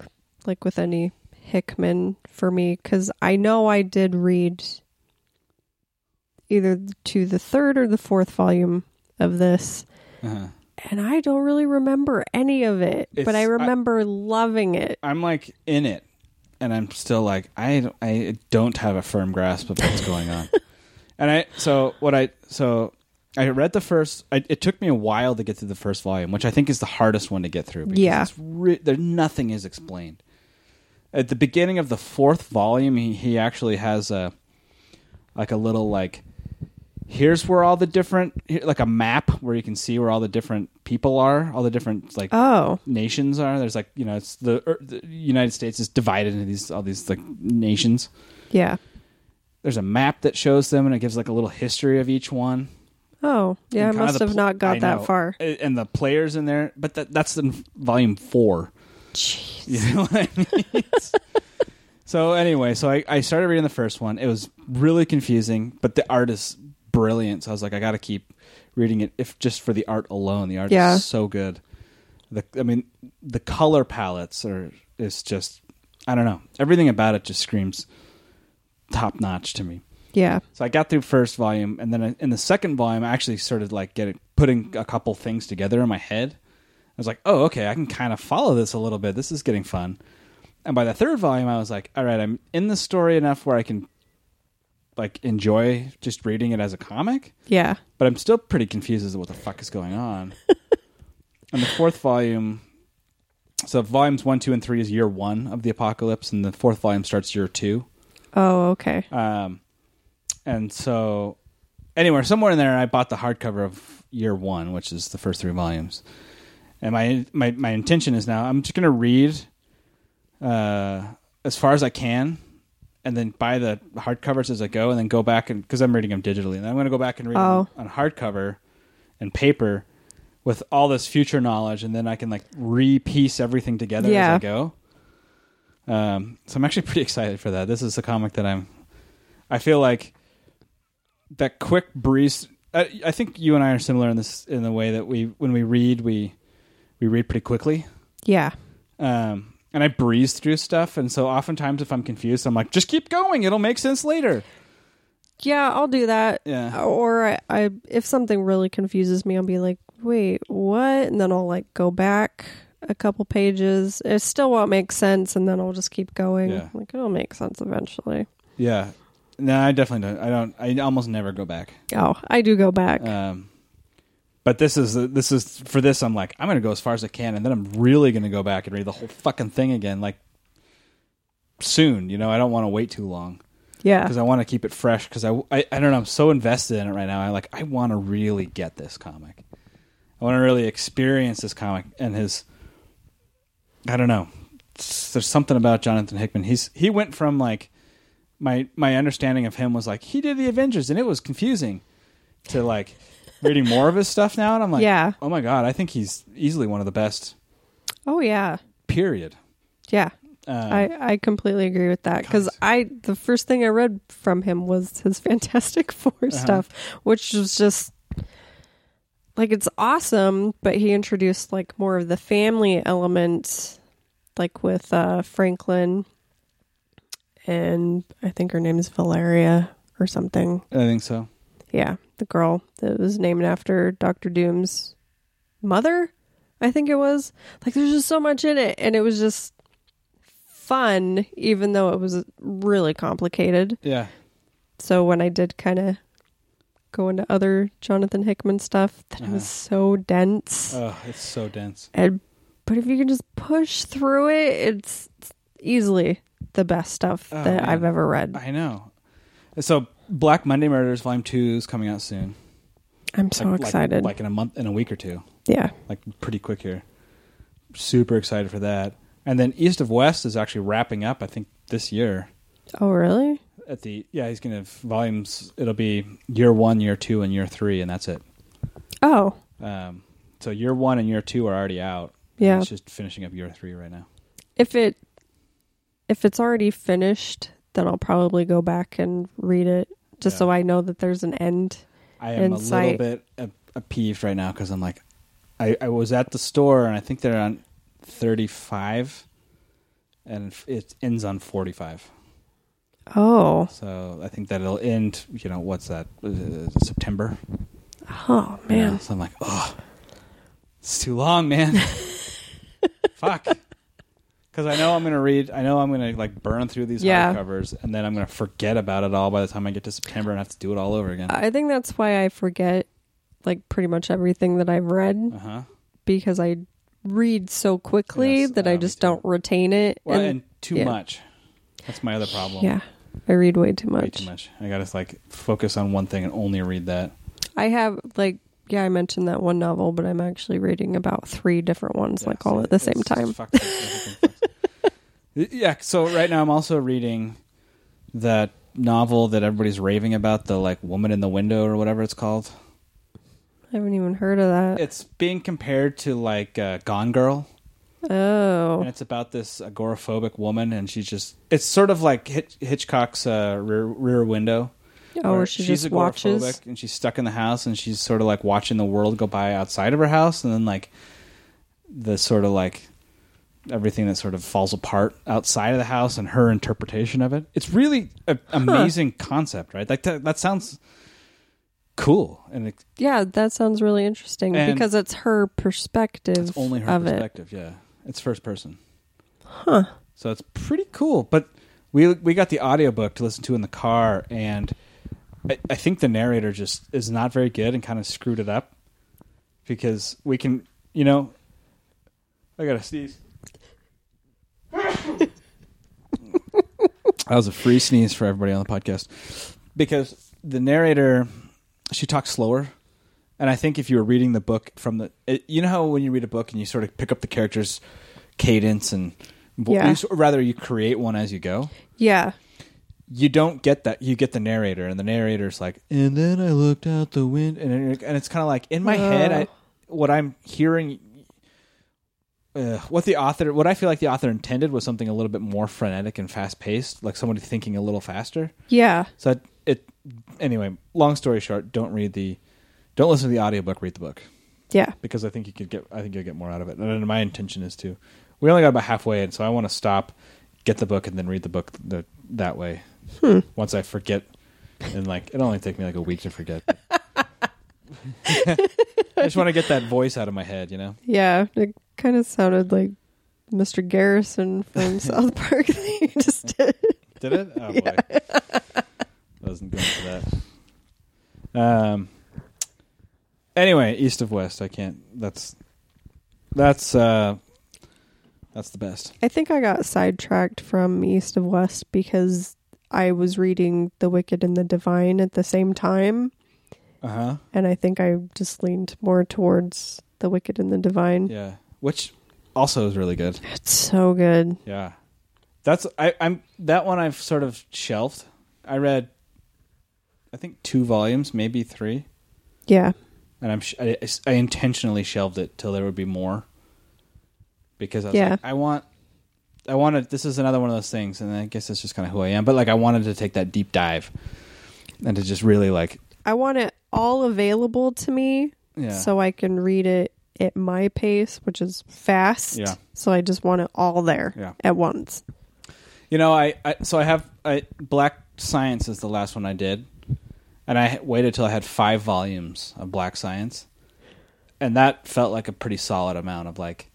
B: like with any Hickman for me because I know I did read either to the third or the fourth volume of this,
A: Uh-huh.
B: and I don't really remember any of it, but
A: It's-
B: I
A: I-
B: remember loving it.
A: I'm like in it, and I'm still like I I don't have a firm grasp of what's going on. and I so what I so I read the first. I, it took me a while to get through the first volume, which I think is the hardest one to get through. Because
B: Yeah.
A: it's re- there nothing is explained. At the beginning of the fourth volume, he, he actually has a like a little like here's where all the different here- like a map where you can see where all the different people are, all the different like
B: Oh,
A: nations are. There's like you know, it's the, er, the United States is divided into these all these like nations.
B: yeah.
A: There's a map that shows them, and it gives like a little history of each one.
B: Oh, yeah. I
A: And kinda
B: must
A: the
B: have
A: pl-
B: not got
A: I
B: that
A: know.
B: far.
A: A- And the players in there, but that, that's in volume four.
B: Jeez.
A: You know what I mean? so anyway, so I, I started reading the first one. It was really confusing, but the art is brilliant. So I was like, I got to keep reading it, if just for the art alone. The art
B: Yeah.
A: is so good. The I mean, the color palettes are is just I don't know. Everything about it just screams top notch to me.
B: Yeah.
A: So I got through first volume, and then I- in the second volume, I actually started like getting putting a couple things together in my head. I was like, oh, okay, I can kind of follow this a little bit. This is getting fun. And by the third volume, I was like, all right, I'm in the story enough where I can like enjoy just reading it as a comic,
B: Yeah.
A: but I'm still pretty confused as to what the fuck is going on. and the fourth volume, so volumes one, two, and three is year one of the apocalypse, and the fourth volume starts year two.
B: Oh, okay.
A: Um, and so, anywhere, somewhere in there, I bought the hardcover of year one, which is the first three volumes. And my my my intention is now I'm just gonna read uh, as far as I can, and then buy the hardcovers as I go, and then go back and because I'm reading them digitally, and I'm gonna go back and read
B: Oh.
A: them on hardcover and paper with all this future knowledge, and then I can like re-piece everything together as
B: Yeah.
A: I go. Um, so I'm actually pretty excited for that. This is the comic that I'm. I feel like that quick breeze. I, I think you and I are similar in this in the way that we when we read we we read pretty quickly.
B: Yeah.
A: Um, and I breeze through stuff, and so oftentimes if I'm confused, I'm like, just keep going; it'll make sense later.
B: Yeah, I'll do that.
A: Yeah,
B: Or I, I if something really confuses me, I'll be like, "Wait, what?" and then I'll like go back a couple pages. It still won't make sense and then I'll just keep going.
A: Yeah.
B: Like it'll make sense eventually.
A: yeah. No, I definitely don't. I don't. I almost never go back.
B: Oh, I do go back.
A: Um, but this is this is for this. I'm like, I'm gonna go as far as I can, and then I'm really gonna go back and read the whole fucking thing again, like soon. You know, I don't want to wait too long
B: yeah.
A: because I want to keep it fresh. Because I, I I don't know. I'm so invested in it right now. I like I want to really get this comic. I want to really experience this comic and his. I don't know. S- There's something about Jonathan Hickman. He's he went from like my my understanding of him was like he did the Avengers and it was confusing to like reading more of his stuff now and I'm like
B: Yeah.
A: oh my god I think he's easily one of the best
B: Oh yeah.
A: period
B: Yeah.
A: um,
B: I I completely agree with that cuz
A: God.
B: I the first thing I read from him was his Fantastic 4 stuff, which was just like it's awesome, but he introduced like more of the family element like with uh Franklin and I think her name is Valeria or something.
A: I think so
B: Yeah, the girl that was named after Doctor Doom's mother, I think it was. Like, there's just so much in it, and it was just fun, even though it was really complicated.
A: yeah
B: So when I did kind of go into other Jonathan Hickman stuff, that it
A: Uh-huh.
B: was so dense.
A: oh it's so dense
B: and but if you can just push through it, it's easily the best stuff
A: Oh,
B: that
A: man.
B: I've ever read.
A: I know so Black Monday Murders Volume Two is coming out soon
B: I'm so
A: Like- like-
B: excited.
A: like in a month in a week or two
B: yeah.
A: like pretty quick here super excited for that and then East of West is actually wrapping up I think this year
B: Oh, really?
A: Uh, at the yeah, he's gonna have volumes. It'll be year one, year two, and year three, and that's it.
B: Oh,
A: Um, so year one and year two are already out. and
B: Yeah.
A: it's just finishing up year three right now.
B: if it if it's already finished, then I'll probably go back and read it just
A: Yeah.
B: so I know that there's an end.
A: I am
B: Insight.
A: a little bit uh, uh, peeved right now because I'm like, I, I was at the store and I think they're on 35, and f- it ends on 45.
B: Oh,
A: So I think that it'll end. You know what's that? Uh, September.
B: oh man.
A: Yeah, so I'm like, oh, it's too long, man. Fuck. Because I know I'm gonna read. I know I'm gonna like burn through these
B: Yeah.
A: hardcovers, and then I'm gonna forget about it all by the time I get to September and have to do it all over again.
B: I think that's why I forget like pretty much everything that I've read
A: Uh huh.
B: because I read so quickly
A: Yes,
B: that
A: uh,
B: I
A: me
B: just
A: too.
B: don't retain it.
A: Well, and,
B: and-
A: too
B: yeah.
A: much. That's my other problem.
B: yeah, I read way too much.
A: Way too much. I gotta like focus on one thing and only read that.
B: I have like yeah, I mentioned that one novel, but I'm actually reading about three different ones,
A: Yeah,
B: like all
A: so
B: at the same
A: it's just
B: time.
A: fucked up. Everything fucked. yeah. So right now I'm also reading that novel that everybody's raving about, the like woman in the window or whatever it's called.
B: I haven't even heard of that.
A: It's being compared to like uh, Gone Girl, and
B: oh,
A: it's about this agoraphobic woman, and she's just it's sort of like Hitch- Hitchcock's uh, rear, rear Window.
B: oh,
A: where
B: where she just watches.
A: and she's stuck in the house and she's sort of like watching the world go by outside of her house and then like the sort of like everything that sort of falls apart outside of the house and her interpretation of it it's really an amazing concept right like that, that sounds cool and it,
B: Yeah, that sounds really interesting
A: And-
B: because it's her perspective
A: it's only her
B: of it.
A: perspective yeah it's first person huh so it's pretty cool but we we got the audiobook to listen to in the car and I, I think the narrator just is not very good and kind of screwed it up because we can, you know, I gotta sneeze. that was a free sneeze for everybody on the podcast because the narrator she talks slower, and I think if you were reading the book from the, it, you know how when you read a book and you sort of pick up the character's cadence and vo-
B: Yeah.
A: you s- or rather you create one as you go
B: Yeah,
A: you don't get that. You get the narrator, and the narrator's like, and then I looked out the window, and it- and it's kind of like in my head, I, what I'm hearing, uh, what the author, what I feel like the author intended was something a little bit more frenetic and fast paced, like somebody thinking a little faster.
B: yeah.
A: So it, it, anyway, long story short, don't read the, don't listen to the audiobook, read the book
B: Yeah.
A: because I think you could get I think you'll get more out of it. And my intention is to. We only got about halfway in, so I want to stop, get the book, and then read the book the, that way. Once I forget, and like it only take me like a week to forget. I just want to get that voice out of my head, you know.
B: Yeah. It kind of sounded like Mr. Garrison from South Park that you just did.
A: Did it? Oh boy, I wasn't going for that. Um. Anyway, east of west. I can't. That's that's uh that's the best.
B: I think I got sidetracked from East of West because I was reading The Wicked and the Divine at the same time,
A: Uh huh.
B: and I think I just leaned more towards The Wicked and the Divine.
A: Yeah, which also is really good.
B: It's so good.
A: Yeah, that's I, I'm that one I've sort of shelved. I read, I think two volumes, maybe three,
B: Yeah.
A: and I'm sh- I, I intentionally shelved it till there would be more because I was
B: Yeah.
A: like, I want. I wanted this is another one of those things, and I guess that's just kind of who I am. But like, I wanted to take that deep dive, and to just really like,
B: I want it all available to me
A: yeah,
B: so I can read it at my pace, which is fast.
A: Yeah.
B: So I just want it all there
A: Yeah.
B: at once.
A: You know, I, I so I have I, Black Science is the last one I did, and I waited till I had five volumes of Black Science, and that felt like a pretty solid amount of like.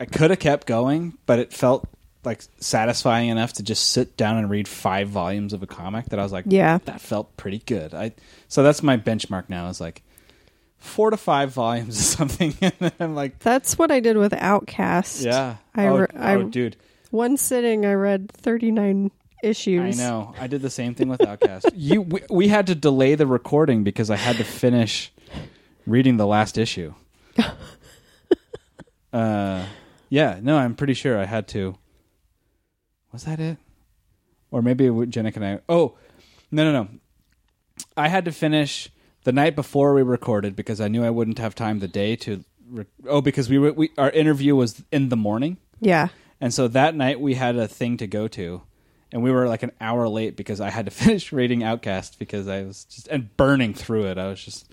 A: I could have kept going, but it felt like satisfying enough to just sit down and read five volumes of a comic that I was like,
B: Yeah.
A: that felt pretty good. I so that's my benchmark now is like four to five volumes of something, and then I'm like,
B: That's what I did with Outcast.
A: yeah,
B: I
A: oh,
B: re- I-
A: oh, dude.
B: One sitting, I read 39
A: I
B: issues.
A: know. I did the same thing with Outcast. you, we, we had to delay the recording because I had to finish reading the last issue. Uh, yeah. No, I'm pretty sure I had to. Was that it? or maybe it would- Jenna and I. Oh, no, no, no. I had to finish the night before we recorded because I knew I wouldn't have time the day to. Re- oh, because we, were, we our interview was in the morning,
B: Yeah.
A: and so that night we had a thing to go to, and we were like an hour late because I had to finish reading Outcast because I was just and burning through it. I was just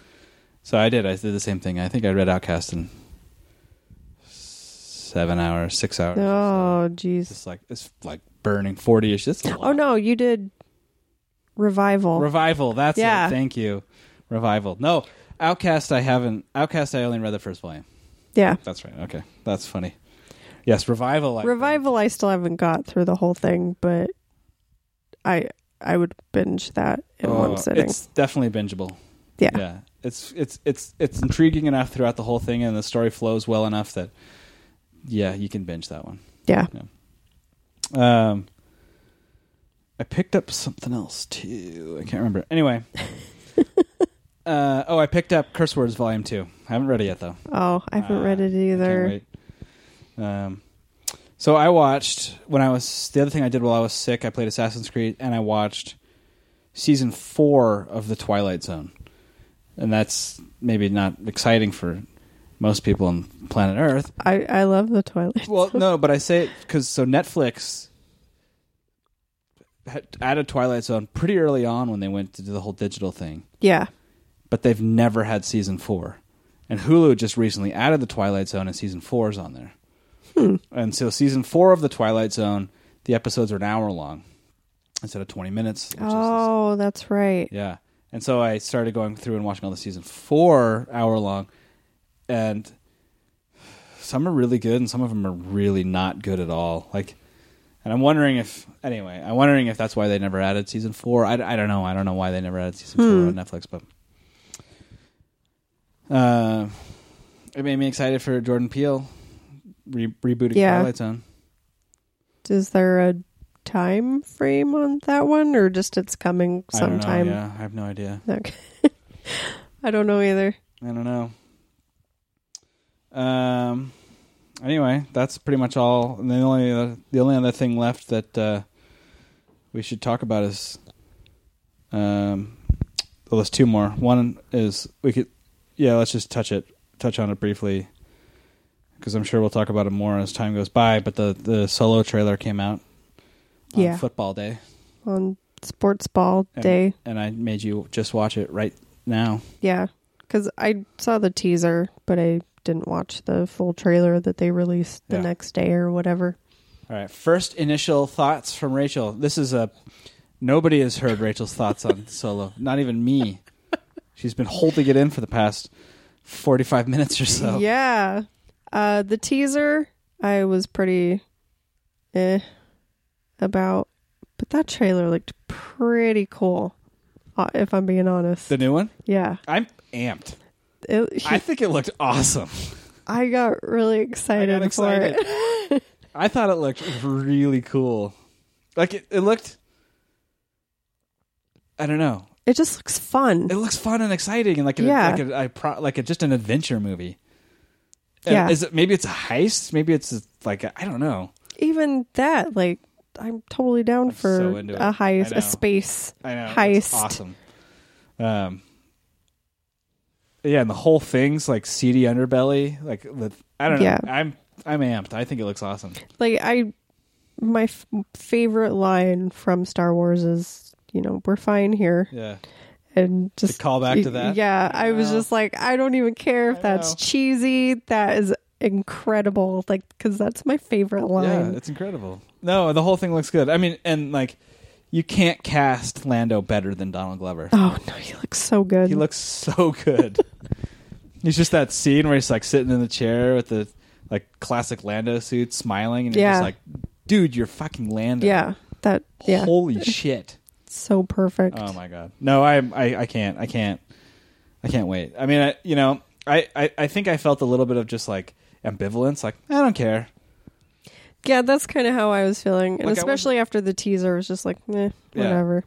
A: so I did. I did the same thing. I think I read Outcast in seven hours, six hours.
B: Oh, jeez.
A: It's like it's like burning forty ish.
B: Oh no, you did revival.
A: Revival. That's
B: Yeah.
A: it. Thank you. Revival. No, Outcast. I haven't. Outcast. I only read the first volume.
B: yeah.
A: That's right. Okay, that's funny. Yes, revival. I-
B: Revival I still haven't got through the whole thing, but I I would binge that in
A: Oh,
B: one sitting.
A: It's definitely bingeable.
B: Yeah.
A: Yeah. It's it's it's it's intriguing enough throughout the whole thing, and the story flows well enough that yeah, you can binge that one.
B: Yeah.
A: Um, I picked up something else too. I can't remember. Anyway. Uh, oh, I picked up Curse Words Volume Two. I haven't read it yet, though.
B: Oh, I haven't
A: Ah,
B: read it either.
A: I can't wait. Um, so I watched when I was the other thing I did while I was sick. I played Assassin's Creed and I watched season four of the Twilight Zone, and that's maybe not exciting for most people on planet Earth.
B: I, I love the Twilight.
A: Well,
B: Zone.
A: no, but I say it because so Netflix had added Twilight Zone pretty early on when they went to do the whole digital thing
B: Yeah.
A: but they've never had season four. And Hulu just recently added the Twilight Zone, and season four is on there. And so, season four of the Twilight Zone, the episodes are an hour long instead of twenty minutes. Which is,
B: Oh, that's right.
A: yeah. And so I started going through and watching all the season four hour long, and some are really good, and some of them are really not good at all. Like, and I'm wondering if anyway, I'm wondering if that's why they never added season four. I, I don't know. I don't know why they never added season four on
B: Hmm.
A: Netflix, but uh, it made me excited for Jordan Peele re- rebooting
B: Yeah.
A: Twilight Zone.
B: Is there a time frame on that one or just it's coming
A: I don't know,
B: sometime?
A: yeah, I have no idea.
B: Okay. I don't know either.
A: I don't know. Um. Anyway, that's pretty much all. And the only uh, the only other thing left that uh, we should talk about is um. Well, there's two more. One is we could, yeah. Let's just touch it, touch on it briefly, because I'm sure we'll talk about it more as time goes by. But the the solo trailer came out on
B: Yeah.
A: football day,
B: On sports ball
A: and,
B: day.
A: and I made you just watch it right now.
B: Yeah, because I saw the teaser, but I didn't watch the full trailer that they released the
A: Yeah.
B: next day or whatever.
A: All right. First initial thoughts from Rachel. This is a nobody has heard Rachel's thoughts on Solo. Not even me. She's been holding it in for the past forty-five minutes or so.
B: Yeah, uh, the teaser I was pretty eh about, but that trailer looked pretty cool. uh, If I'm being honest,
A: The new one.
B: yeah,
A: I'm amped.
B: It-
A: I think it looked awesome.
B: I got really
A: I
B: excited,
A: got excited.
B: for it.
A: I thought it looked really cool. Like it, it looked. I don't know.
B: It just looks fun.
A: It looks fun and exciting, and like a,
B: Yeah.
A: like a, a pro, like a, just an adventure movie. And
B: Yeah.
A: Is it maybe it's a heist? Maybe it's a, like I I don't know.
B: Even that, like, I'm totally down for
A: so into it.
B: a
A: I
B: heist, a
A: know.
B: space
A: I know.
B: heist.
A: It's awesome. Um, yeah, and the whole thing's like seedy underbelly. Like the, I don't know.
B: Yeah.
A: I'm I'm amped. I think it looks awesome.
B: like I my f- favorite line from Star Wars is you know we're fine here
A: Yeah.
B: and just
A: call back to that?
B: yeah I was
A: know.
B: just like I don't even care if
A: I
B: that's
A: know.
B: cheesy that is incredible like because that's my favorite
A: Yeah,
B: line
A: it's incredible. No, the whole thing looks good. I mean, and like you can't cast Lando better than Donald Glover.
B: oh no he looks so good
A: He looks so good. he's just that scene where he's like sitting in the chair with the like classic Lando suit, smiling, and you're
B: Yeah.
A: just like, dude, you're fucking Lando.
B: yeah that yeah
A: Holy shit.
B: so perfect
A: Oh my god. No, I, I I can't. I can't. I can't wait. I mean, I, you know, I, I I think I felt a little bit of just like ambivalence. Like I don't care.
B: yeah that's kind of how I was feeling and
A: Like, I
B: especially after the teaser I was just like eh, whatever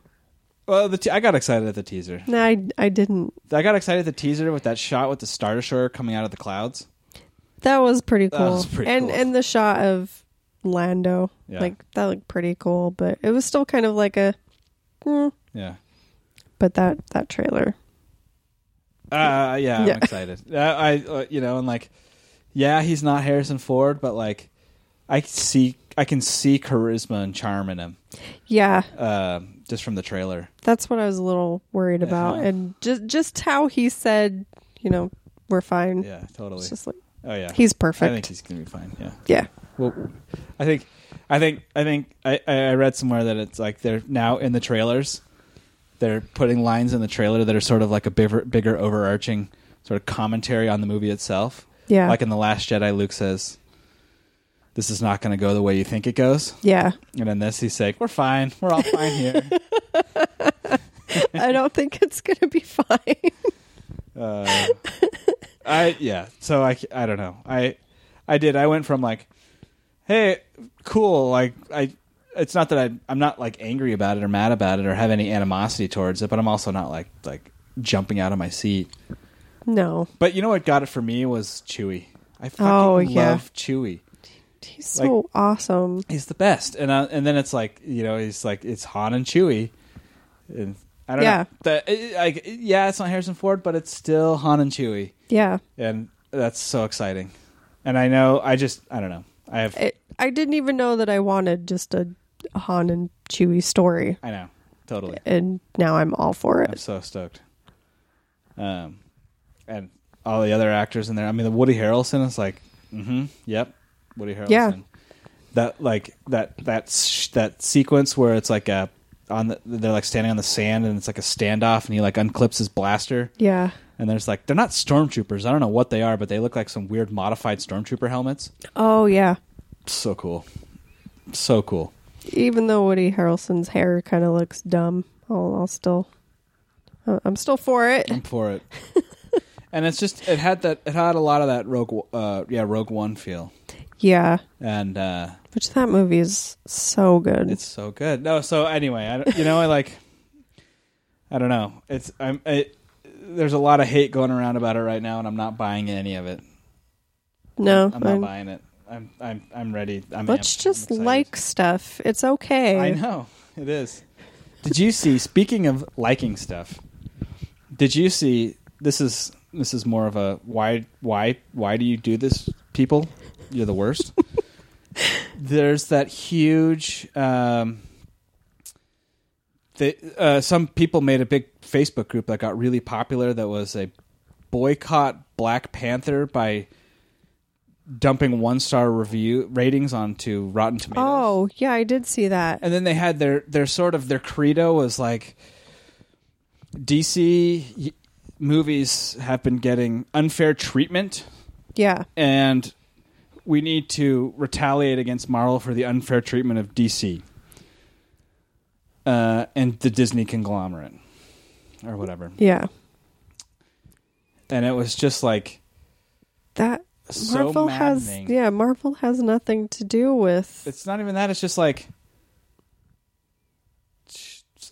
A: Well, the te- I got excited at the teaser.
B: no I I didn't
A: I got excited at the teaser with that shot with the star destroyer coming out of the clouds.
B: That was pretty cool.
A: was pretty
B: and
A: cool.
B: and the shot of Lando.
A: Yeah.
B: Like that looked pretty cool, but it was still kind of like a. mm,
A: Yeah.
B: but that that trailer,
A: Uh, yeah, I'm
B: Yeah.
A: excited. Uh, I, uh, you know, and like, yeah, he's not Harrison Ford, but like, I see, I can see charisma and charm in him,
B: yeah,
A: uh, just from the trailer.
B: that's what I was a little worried about,
A: Uh-huh.
B: and just just how he said, you know, we're fine.
A: Yeah, totally.
B: It's just like
A: Oh yeah,
B: he's
A: I
B: perfect.
A: think he's gonna be fine. Yeah.
B: yeah,
A: Well, I think, I think, I think, I, I I read somewhere that it's like they're now in the trailers. They're putting lines in the trailer that are sort of like a bigger, bigger overarching sort of commentary on the movie itself.
B: yeah,
A: Like in The Last Jedi, Luke says, This is not going to go the way you think it goes.
B: yeah.
A: And in this, he's like, We're fine. We're all fine here.
B: I don't think it's gonna be fine.
A: uh, I, yeah. So I, I don't know. I, I did. I went from like, Hey, cool. Like, I, it's not that I, I'm not like angry about it or mad about it or have any animosity towards it, but I'm also not like, like jumping out of my seat.
B: no,
A: But you know what got it for me was Chewie. I fucking
B: Oh,
A: love
B: yeah.
A: Chewie.
B: he's so awesome.
A: he's the best. And uh, and then it's like you know he's like it's Han and Chewie, and I don't
B: Yeah.
A: know. The, it- like yeah, it's not Harrison Ford, but it's still Han and Chewie,
B: Yeah,
A: and that's so exciting. And I know I just I don't know I have
B: it, I didn't even know that I wanted just a Han and Chewie story,
A: I know totally.
B: and now I'm all for
A: I'm
B: it.
A: so stoked. Um, and all the other actors in there. I mean, the Woody Harrelson is like, mm-hmm, yep, Woody Harrelson.
B: Yeah.
A: That like that that sh- that sequence where it's like a on the they're like standing on the sand and it's like a standoff and he like unclips his blaster
B: Yeah.
A: and there's like they're not stormtroopers. I don't know what they are, but they look like some weird modified stormtrooper helmets.
B: Oh yeah.
A: So cool, so cool.
B: Even though Woody Harrelson's hair kind of looks dumb, I'll, I'll still, I- I'm still for it.
A: I'm for it. and it's just it had that it had a lot of that rogue uh yeah rogue one feel.
B: Yeah.
A: and uh,
B: Which that movie is so good.
A: it's so good. No, so anyway, I don't- you know, I like, I don't know. It's I'm it, there's a lot of hate going around about it right now, and I'm not buying any of it.
B: no.
A: I'm not
B: I'm-
A: buying it. I'm I'm I'm ready. I'm amped.
B: let's
A: I'm
B: just
A: excited.
B: like stuff. It's okay.
A: I know it is. Did you see? Speaking of liking stuff, did you see? This is this is more of a why why why do you do this? People, you're the worst. There's that huge. Um, the, uh, some people made a big Facebook group that got really popular. That was a boycott Black Panther by dumping one star review ratings onto Rotten Tomatoes
B: Oh yeah, I did see that.
A: and then they had their their sort of their credo was like DC y- movies have been getting unfair treatment
B: Yeah.
A: and we need to retaliate against Marvel for the unfair treatment of DC uh, and the Disney conglomerate or whatever
B: Yeah.
A: and it was just like
B: That
A: so
B: Marvel has
A: maddening.
B: yeah, Marvel has nothing to do with
A: it's not even that it's just like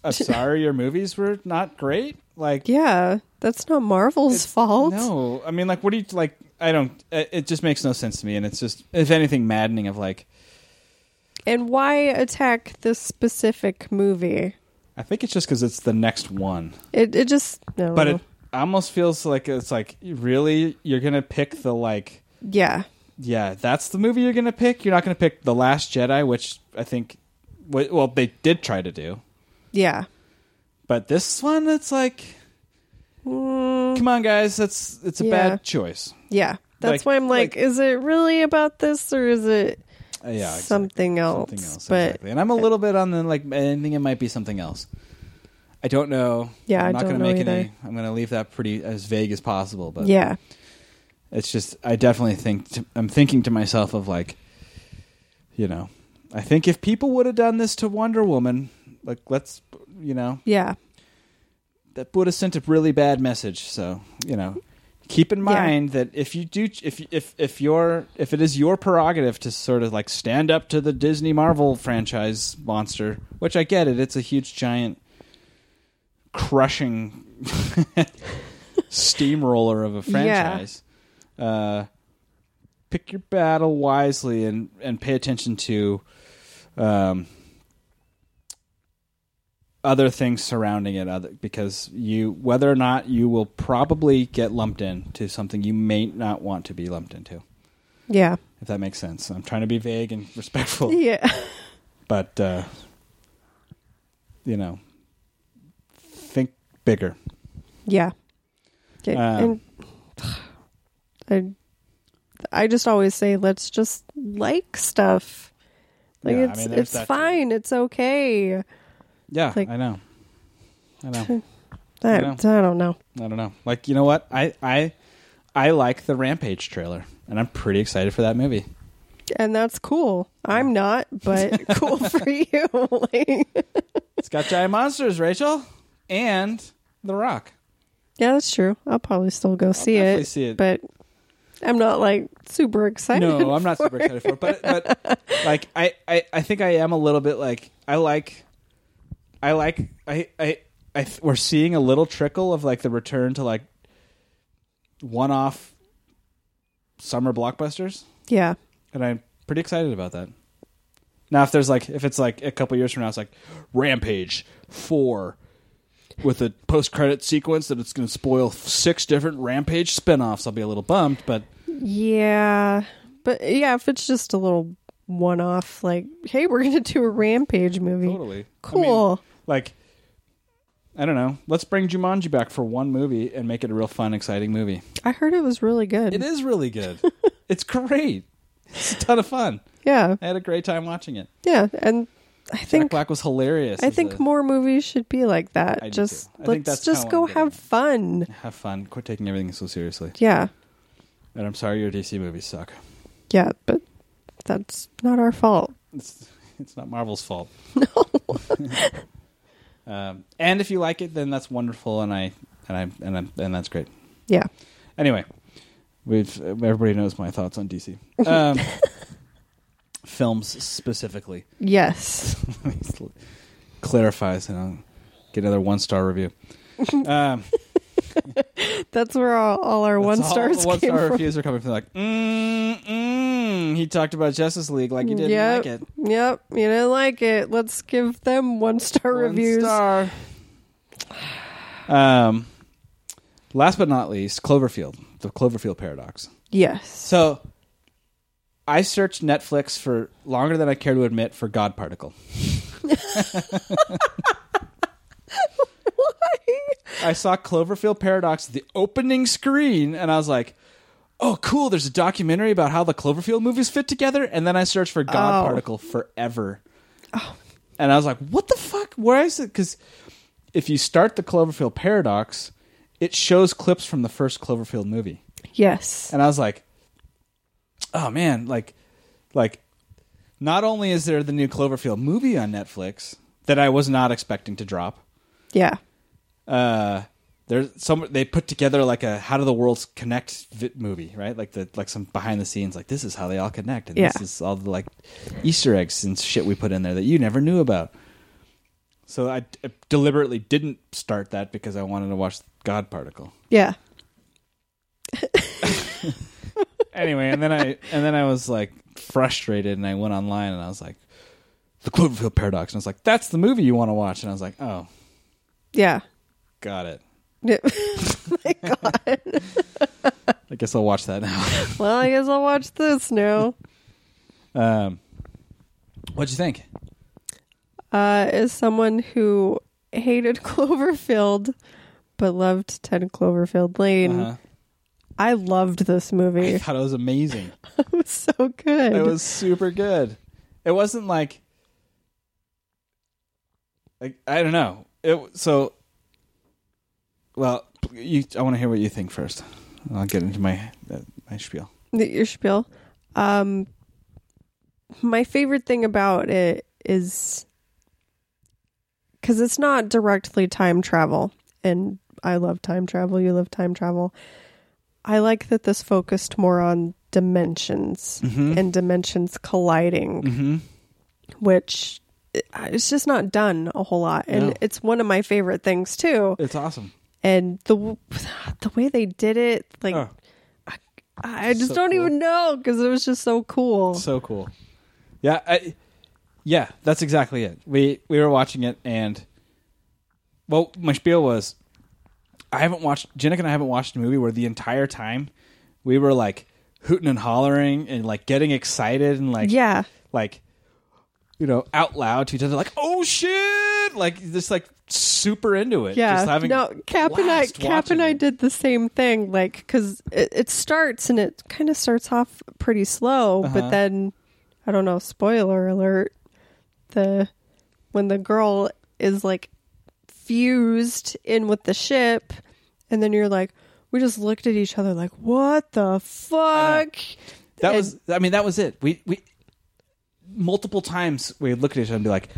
A: I'm sorry your movies were not great like
B: Yeah, that's not Marvel's fault.
A: No, I mean, like, what do you like? I don't. uh, It it just makes no sense to me, and it's just, if anything, maddening. Of like,
B: And why attack this specific movie?
A: I think it's just because it's the next one,
B: It it just no.
A: but it almost feels like it's like really you're gonna pick the like,
B: yeah.
A: yeah, that's the movie you're gonna pick. You're not gonna pick the Last Jedi, which I think, w- well, they did try to do,
B: Yeah.
A: but this one, it's like,
B: Mm,
A: come on, guys, that's it's a
B: Yeah.
A: bad choice.
B: yeah. That's
A: Like-
B: why I'm
A: like-
B: like, is it really about this or is it
A: Uh, yeah, exactly.
B: something else?
A: something else
B: but
A: exactly. and i'm a little bit on the like i think it might be something else i don't know
B: Yeah,
A: i'm
B: I
A: not
B: don't
A: gonna
B: know
A: make any
B: either.
A: i'm gonna leave that pretty as vague as possible but
B: yeah.
A: it's just i definitely think to, i'm thinking to myself of like you know i think if people would have done this to wonder woman like let's you know
B: Yeah.
A: that would have sent a really bad message so you know keep in
B: Yeah.
A: mind that if you do if if if your if it is your prerogative to sort of like stand up to the Disney Marvel franchise monster, which I get it, it's a huge giant crushing steamroller of a franchise. Uh pick your battle wisely and and pay attention to um other things surrounding it other because you whether or not you will probably get lumped into something you may not want to be lumped into
B: Yeah.
A: if that makes sense i'm trying to be vague and respectful
B: Yeah.
A: but uh, you know, think bigger.
B: Yeah. Okay.
A: Um,
B: and I, I just always say, let's just like stuff. Like
A: Yeah, I
B: it's
A: mean, there's
B: it's
A: that too.
B: fine. It's okay.
A: Yeah,
B: Like-
A: I know. I know.
B: I,
A: I know.
B: I don't know.
A: I don't know. Like you know what? I I I like the Rampage trailer, and I'm pretty excited for that movie.
B: And that's cool. I'm not, but cool for you. Like,
A: It's got giant monsters, Rachel, and The Rock.
B: yeah, that's true. I'll probably still go see
A: definitely
B: it,
A: see it.
B: But I'm not like super excited.
A: No, I'm not super excited for it, but but like I, I I think I am a little bit like I like I like I I I th- we're seeing a little trickle of like the return to like one-off summer blockbusters,
B: Yeah.
A: and I'm pretty excited about that. Now, if there's like if it's like a couple years from now, it's like Rampage Four. With a post-credit sequence that it's going to spoil six different Rampage spin-offs, I'll be a little bummed, but
B: Yeah. But yeah, if it's just a little one off, like, hey, we're going to do a Rampage movie.
A: totally I mean,
B: Cool.
A: like I don't know. Let's bring Jumanji back for one movie and make it a real fun, exciting movie.
B: I heard it was really good.
A: It is really good. it's great. It's a ton of fun.
B: Yeah.
A: I had a great time watching it.
B: Yeah. And I
A: Jack
B: think
A: Black was hilarious.
B: I
A: as
B: think
A: the-
B: more movies should be like that.
A: I do
B: just
A: too. I think that's
B: let's just
A: kinda
B: go
A: what I'm getting
B: have fun.
A: have fun. Quit taking everything so seriously.
B: Yeah.
A: And I'm sorry your DC movies suck.
B: Yeah, but that's not our fault.
A: It's it's not Marvel's fault. No. um, and if you like it, then that's wonderful, and I and I and I, and that's great.
B: Yeah.
A: Anyway, we've everybody knows my thoughts on DC um, films specifically.
B: Yes.
A: Clarify so I don't get another one star review. Um,
B: That's where all, all our one stars
A: one
B: came
A: star
B: from.
A: reviews are coming from. Like, mm, mm, he talked about Justice League like you didn't
B: Yep.
A: like it.
B: Yep. You didn't like it. Let's give them one star
A: One
B: reviews.
A: star. Um, last but not least, Cloverfield, the Cloverfield paradox.
B: Yes.
A: So I searched Netflix for longer than I care to admit for God Particle. I saw Cloverfield Paradox at the opening screen and I was like, oh, cool, there's a documentary about how the Cloverfield movies fit together. And then I searched for God
B: Oh.
A: Particle forever. And I was like, what the fuck? Where is it? Because if you start the Cloverfield Paradox, it shows clips from the first Cloverfield movie
B: Yes.
A: and I was like, "Oh man!" Like, like, not only is there the new Cloverfield movie on Netflix that I was not expecting to drop.
B: Yeah.
A: Uh, there's some they put together like a how do the worlds connect vi- movie, right? Like the like some behind the scenes, like this is how they all connect, and this
B: Yeah.
A: is all the like Easter eggs and shit we put in there that you never knew about. So I d- deliberately didn't start that because I wanted to watch God Particle.
B: Yeah.
A: anyway, and then I and then I was like frustrated, and I went online and I was like, "The Cloverfield Paradox," and I was like, "That's the movie you want to watch," and I was like, "Oh,
B: Yeah. Oh
A: got it.
B: Yeah.
A: I guess I'll watch that now."
B: well, I guess I'll watch this now.
A: Um, what'd you think?
B: uh, is someone who hated Cloverfield but loved 10 Cloverfield Lane.
A: Uh-huh.
B: I loved this
A: I
B: movie.
A: thought it was amazing.
B: it was so good.
A: It was super good. It wasn't like, like I don't know. It so. Well, you, I want to hear what you think first. I'll get into my uh, my spiel.
B: the your spiel. Um, my favorite thing about it is because it's not directly time travel, and I love time travel. You love time travel. I like that this focused more on dimensions and dimensions colliding, which i- it's just not done a whole lot, and
A: No.
B: it's one of my favorite things too.
A: It's awesome.
B: And the w- the way they did it, like
A: Oh.
B: I just
A: So
B: don't
A: cool.
B: even know because it was just so cool.
A: So cool. Yeah, I, yeah, that's exactly it. We we were watching it, and well, my spiel was, I haven't watched Jennifer and I haven't watched a movie where the entire time we were like hooting and hollering and like getting excited and like
B: yeah.
A: like you know out loud to each other like oh shit like just like super into it
B: Yeah.
A: just having
B: no, Cap and I,
A: blast
B: Cap and
A: watching
B: I
A: it.
B: did the same thing. Like, because it, it starts and it kind of starts off pretty slow,
A: Uh-huh.
B: but then I don't know. Spoiler alert: the when the girl is like fused in with the ship, and then you're like, we just looked at each other like, what the fuck?
A: That
B: And-
A: was. I mean, that was it. We we multiple times we would look at each other and be like,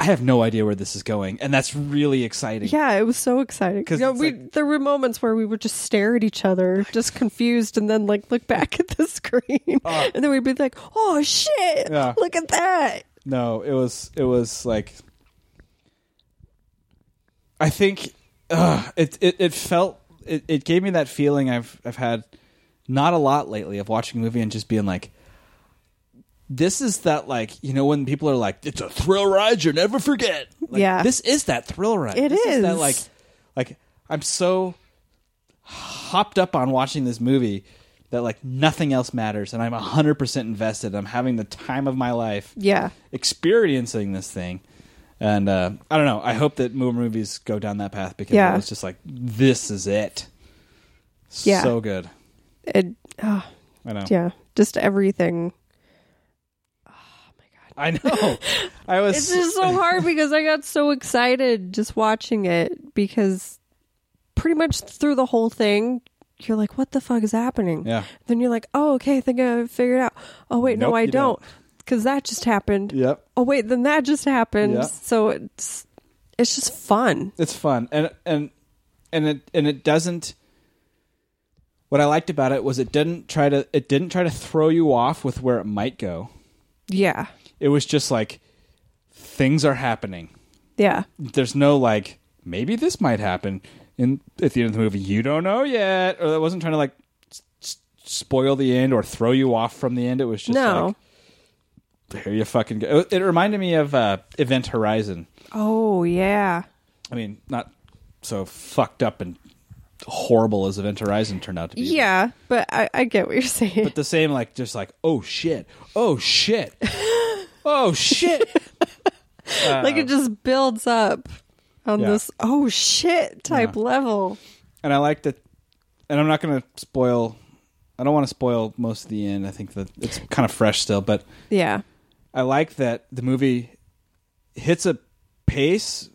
A: "I have no idea where this is going," and that's really exciting.
B: Yeah, it was so exciting.
A: 'Cause
B: You know,
A: it's
B: we
A: like-
B: there were moments where we would just stare at each other, just confused, and then like look back at the screen, and then we'd be like, "Oh shit!
A: Uh. Yeah.
B: Look at that!"
A: No, it was it was like. I think uh, it, it it felt it, it gave me that feeling I've I've had not a lot lately of watching a movie and just being like. This is that like you know when people are like it's a thrill ride you'll never forget. Like,
B: Yeah.
A: this is that thrill ride.
B: It
A: It is that
B: is.
A: like like I'm so hopped up on watching this movie that like nothing else matters and I'm 100% invested. I'm having the time of my life
B: Yeah,
A: experiencing this thing. And uh, I don't know. I hope that more movies go down that path because
B: Yeah.
A: it was just like this is it.
B: Yeah.
A: So good.
B: it, oh,
A: I know.
B: yeah, just everything.
A: I know. I was
B: It's just so hard because I got so excited just watching it because pretty much through the whole thing, you're like, "What the fuck is happening?"
A: Yeah.
B: Then you're like, "Oh, okay, I think I figured it out." Oh wait,
A: Nope,
B: no, I
A: you don't.
B: don't, because that just happened.
A: Yep.
B: oh wait then that just happened
A: Yeah.
B: so it's it's just fun
A: it's fun and and and it and it doesn't what i liked about it was it didn't try to it didn't try to throw you off with where it might go
B: yeah
A: it was just like things are happening
B: yeah
A: there's no like maybe this might happen in at the end of the movie you don't know yet or it wasn't trying to like s- s- spoil the end or throw you off from the end it was just
B: No.
A: like there you fucking go it, it reminded me of uh, event horizon
B: oh yeah
A: I mean, not so fucked up and horrible as Event Horizon turned out to be.
B: yeah but i, I get what you're saying
A: But the same, like, just like, oh shit, oh shit, oh shit.
B: like it just builds up on
A: uh, Yeah.
B: this oh shit type level
A: and I like that. And I'm not going to spoil, I don't want to spoil most of the end. I think that it's kind of fresh still, but
B: yeah
A: I like that the movie hits a pace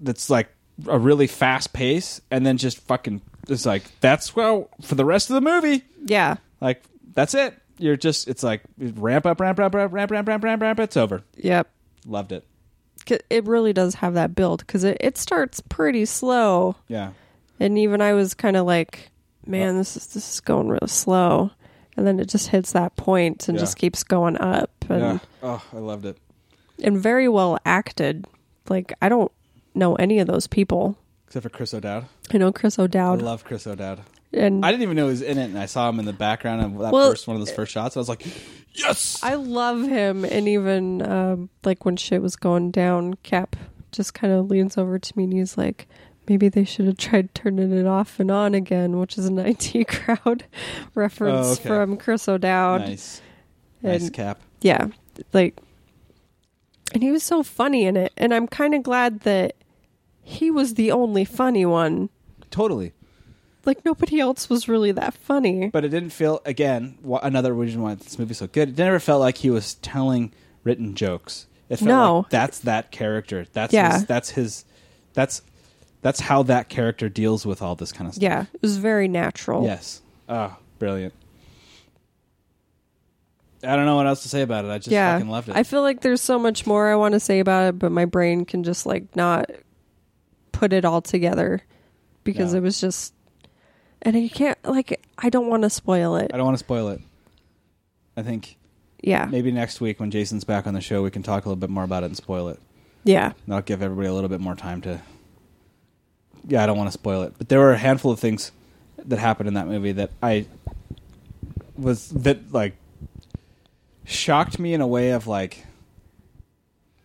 A: that's like a really fast pace and then just fucking, it's like, that's well, for the rest of the movie.
B: yeah
A: Like that's it. You're just it's like ramp up, ramp up, ramp, ramp, ramp, ramp, ramp, ramp. It's over.
B: yep
A: Loved it.
B: 'Cause it really does have that build because it, it starts pretty slow
A: Yeah,
B: and even i was kind of like man this is this is going real slow and then it just hits that point and
A: Yeah.
B: just keeps going up and
A: yeah. Oh, I loved it.
B: and very well acted. Like I don't know any of those people.
A: Except for Chris O'Dowd.
B: I know Chris
A: I
B: O'Dowd
A: love Chris O'Dowd.
B: and
A: I
B: I,
A: didn't even know he was in it, and I saw him in the background of that
B: Well,
A: first one of those first shots. I was like, yes.
B: love him and even um, like when shit was going down, Cap just kind of leans over to me and he's like maybe they should have tried turning it off and on again, which is an IT crowd reference
A: Oh, okay.
B: from Chris O'Dowd.
A: nice,
B: And-
A: nice cap.
B: yeah like and he was so funny in it and i'm kind of glad that he was the only funny one
A: Totally.
B: like nobody else was really that funny
A: But it didn't feel again wh- another reason why this movie's so good. It never felt like he was telling written jokes. It felt
B: No.
A: like that's that character. That's
B: Yeah.
A: his, that's his. That's that's how that character deals with all this kind of stuff.
B: yeah it was very natural
A: Yes. Oh, brilliant. I don't know what else to say about it. I just
B: yeah
A: fucking loved it.
B: i feel like there's so much more i want to say about it but my brain can just like not put it all together because
A: No.
B: it was just and i can't like i don't want to spoil it
A: I don't want to spoil it. I think
B: yeah
A: maybe next week when Jason's back on the show, we can talk a little bit more about it and spoil it.
B: yeah
A: And I'll give everybody a little bit more time to. Yeah, I don't want to spoil it, but there were a handful of things that happened in that movie that I was that like shocked me in a way of like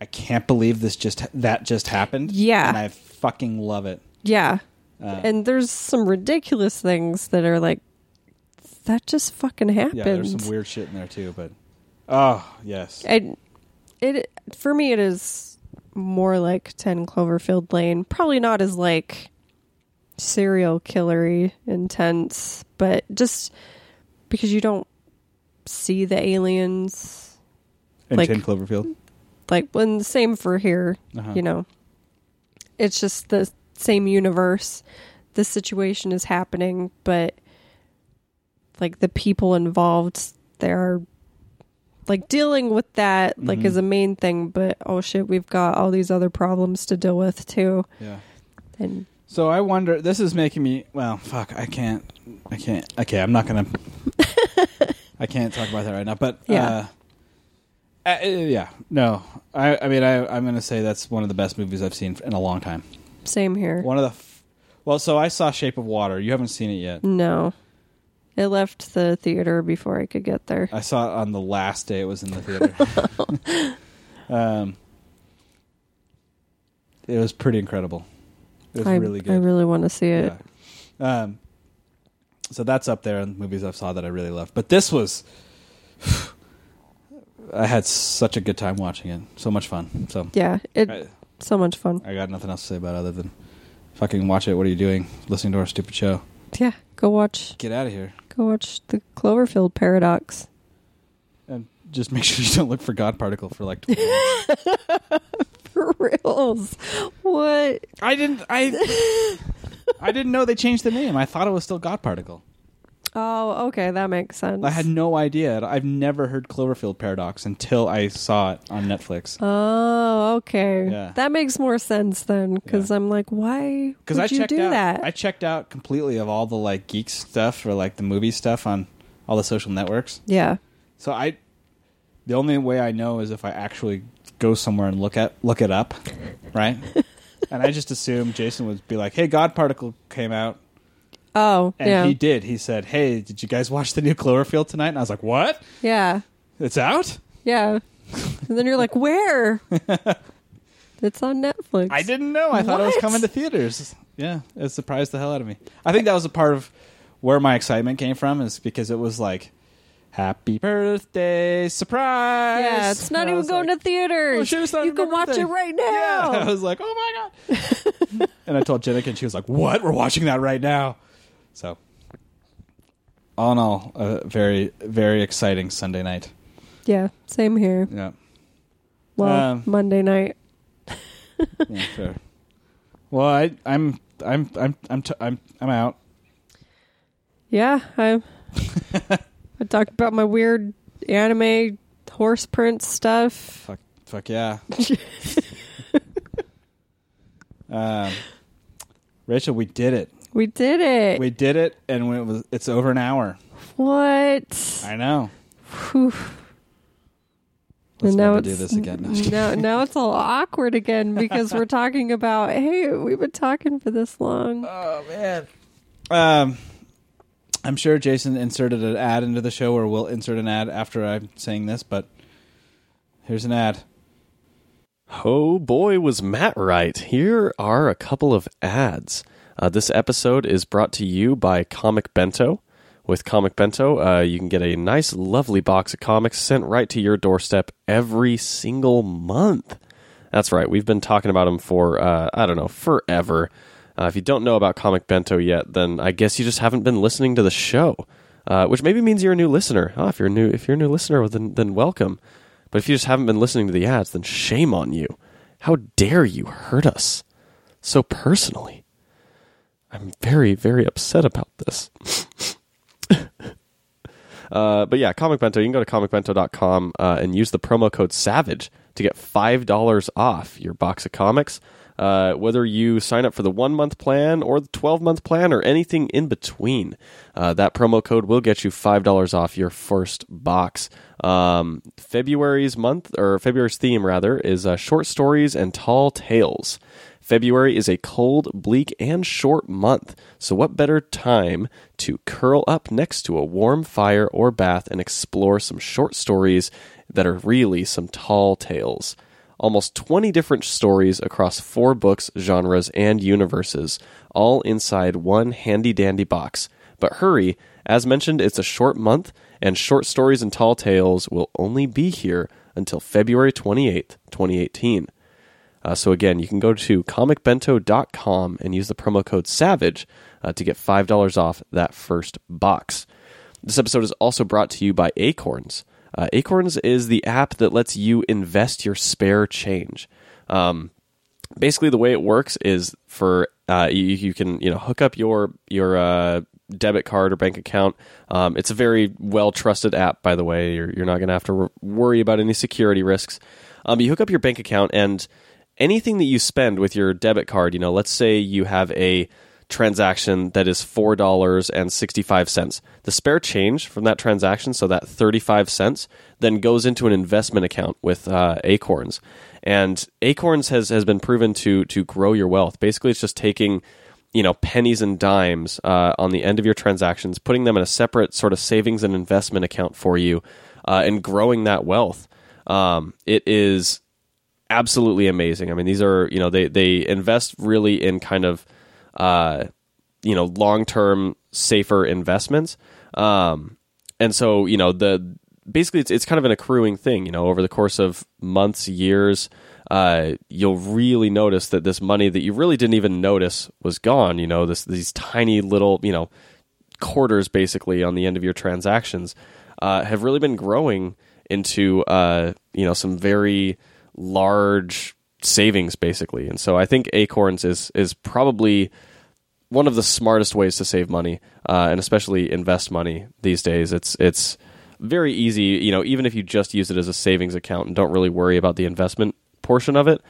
A: I can't believe this just that just happened.
B: Yeah.
A: and I fucking love it.
B: Yeah.
A: Uh,
B: and there's some ridiculous things that are like that just fucking happened.
A: yeah, there's some weird shit in there too, but oh yes,
B: I, it for me it is more like 10 Cloverfield Lane. Probably not as like serial killery intense, but just because you don't see the aliens
A: and
B: like-
A: Ten Cloverfield.
B: like when the same for here,
A: Uh-huh.
B: you know. It's just the same universe. The situation is happening, but like the people involved they're like dealing with that like
A: Mhm.
B: is a main thing, but oh shit, we've got all these other problems to deal with too.
A: Yeah.
B: And
A: So I wonder. This is making me. Well, fuck. I can't. I can't. Okay, I'm not gonna. I can't talk about that right now. But
B: Yeah.
A: Uh, uh, yeah. No. I. I mean, I. I'm gonna say that's one of the best movies I've seen in a long time.
B: same here.
A: One of the. F- well, so I saw Shape of Water. You haven't seen it yet.
B: No. It left the theater before I could get there.
A: I saw it on the last day it was in the theater. um. It was pretty incredible. It was
B: I,
A: really good.
B: I really want to see it.
A: Yeah. Um, so that's up there in movies I've saw that I really love. But this was, I had such a good time watching it. So much fun. So
B: Yeah, it
A: I,
B: so much fun.
A: I got nothing else to say about it other than fucking watch it. What are you doing? Listening to our stupid show.
B: Yeah, go watch
A: Get out of here.
B: Go watch the Cloverfield Paradox.
A: And just make sure you don't look for God Particle for like 20 minutes.
B: For reals. What?
A: I didn't, I, I didn't know they changed the name. I thought it was still God Particle.
B: Oh, okay, that makes sense.
A: I had no idea. I've never heard Cloverfield Paradox until I saw it on Netflix.
B: Oh, okay.
A: Yeah.
B: That makes more sense then, because
A: Yeah.
B: I'm like, why
A: Because
B: would
A: I
B: you
A: checked
B: do
A: out,
B: that?
A: I checked out completely of all the like geek stuff or like the movie stuff on all the social networks.
B: yeah,
A: So I, the only way I know is if I actually go somewhere and look at look it up, right? and I just assumed Jason would be like, "Hey, God Particle came out,"
B: Oh,
A: and
B: yeah,
A: he did. He said, "Hey, did you guys watch the new Cloverfield tonight?" And I was like, "What?
B: yeah,
A: It's out?
B: yeah. and then you're like, where? it's on Netflix.
A: I didn't know. I thought it was
B: What?
A: coming to theaters." Yeah, it surprised the hell out of me. I think that was a part of where my excitement came from is because it was like Happy birthday, surprise!
B: Yeah, it's not
A: And I
B: even
A: was
B: going
A: like,
B: to theaters.
A: "Oh, shit, it's not
B: you
A: even
B: can
A: my
B: watch
A: birthday."
B: it right
A: Yeah,
B: now.
A: I was like, oh my god! and I told Jenica, and she was like, "What? We're watching that right now!" So, all in all, a very, very exciting Sunday night.
B: Yeah, same here.
A: Yeah,
B: Well,
A: Um,
B: Monday night.
A: yeah sure. Well, I, I'm, I'm, I'm, I'm, t- I'm, I'm out.
B: Yeah, I I talked about my weird anime horse print stuff.
A: Fuck, fuck yeah. um, Rachel, we did it.
B: We did it.
A: We did it, and when it was, it's over an hour.
B: what?
A: I know.
B: Whew.
A: Let's
B: And now
A: never do
B: it's-
A: this again. No, I'm just kidding.
B: now, now it's all awkward again because we're talking about hey, we've been talking for this long.
A: Oh man. Um, I'm sure Jason inserted an ad into the show, or will insert an ad after I'm saying this. But here's an ad.
C: Oh boy, was Matt right. Here are a couple of ads. Uh, this episode is brought to you by Comic Bento. With Comic Bento, uh, you can get a nice, lovely box of comics sent right to your doorstep every single month. That's right, we've been talking about them for, uh, I don't know, forever. Uh, if you don't know about Comic Bento yet, then I guess you just haven't been listening to the show, uh, which maybe means you're a new listener. Oh, if you're a new, if you're a new listener, well, then, then welcome. But if you just haven't been listening to the ads, then shame on you. How dare you hurt us so personally? I'm very, very upset about this. uh, but yeah, Comic Bento, you can go to comicbento.com uh, and use the promo code SAVAGE to get $5 off your box of comics. Uh, whether you sign up for the one month plan or the 12 month plan or anything in between, uh, that promo code will get you $5 off your first box. Um, February's month, or February's theme rather, is uh, short stories and tall tales. February is a cold, bleak, and short month, so what better time to curl up next to a warm fire or bath and explore some short stories that are really some tall tales? Almost 20 different stories across four books, genres, and universes, all inside one handy dandy box. But hurry, as mentioned, it's a short month, and short stories and tall tales will only be here until February 28th, 2018. Uh, so again, you can go to comicbento.com and use the promo code SAVAGE uh, to get $5 off that first box. This episode is also brought to you by Acorns. Uh, Acorns is the app that lets you invest your spare change. Um, basically the way it works is for uh, you, you can you know hook up your your uh, debit card or bank account. Um, it's a very well trusted app, by the way. You're, you're not going to have to wor- worry about any security risks. Um, you hook up your bank account and anything that you spend with your debit card. You know, let's say you have a transaction that is four dollars and sixty five cents. The spare change from that transaction, so that thirty five cents, then goes into an investment account with uh, Acorns. And Acorns has has been proven to to grow your wealth. Basically, it's just taking you know pennies and dimes uh, on the end of your transactions, putting them in a separate sort of savings and investment account for you, uh, and growing that wealth. Um, it is absolutely amazing. I mean, these are you know they they invest really in kind of uh, you know long term safer investments, um, and so you know the basically it's it's kind of an accruing thing. You know, over the course of months, years, uh, you'll really notice that this money that you really didn't even notice was gone. You know, this these tiny little you know quarters basically on the end of your transactions uh, have really been growing into uh, you know some very large savings basically. And so I think Acorns is is probably one of the smartest ways to save money uh, and especially invest money these days. It's it's very easy, you know, even if you just use it as a savings account and don't really worry about the investment portion of it.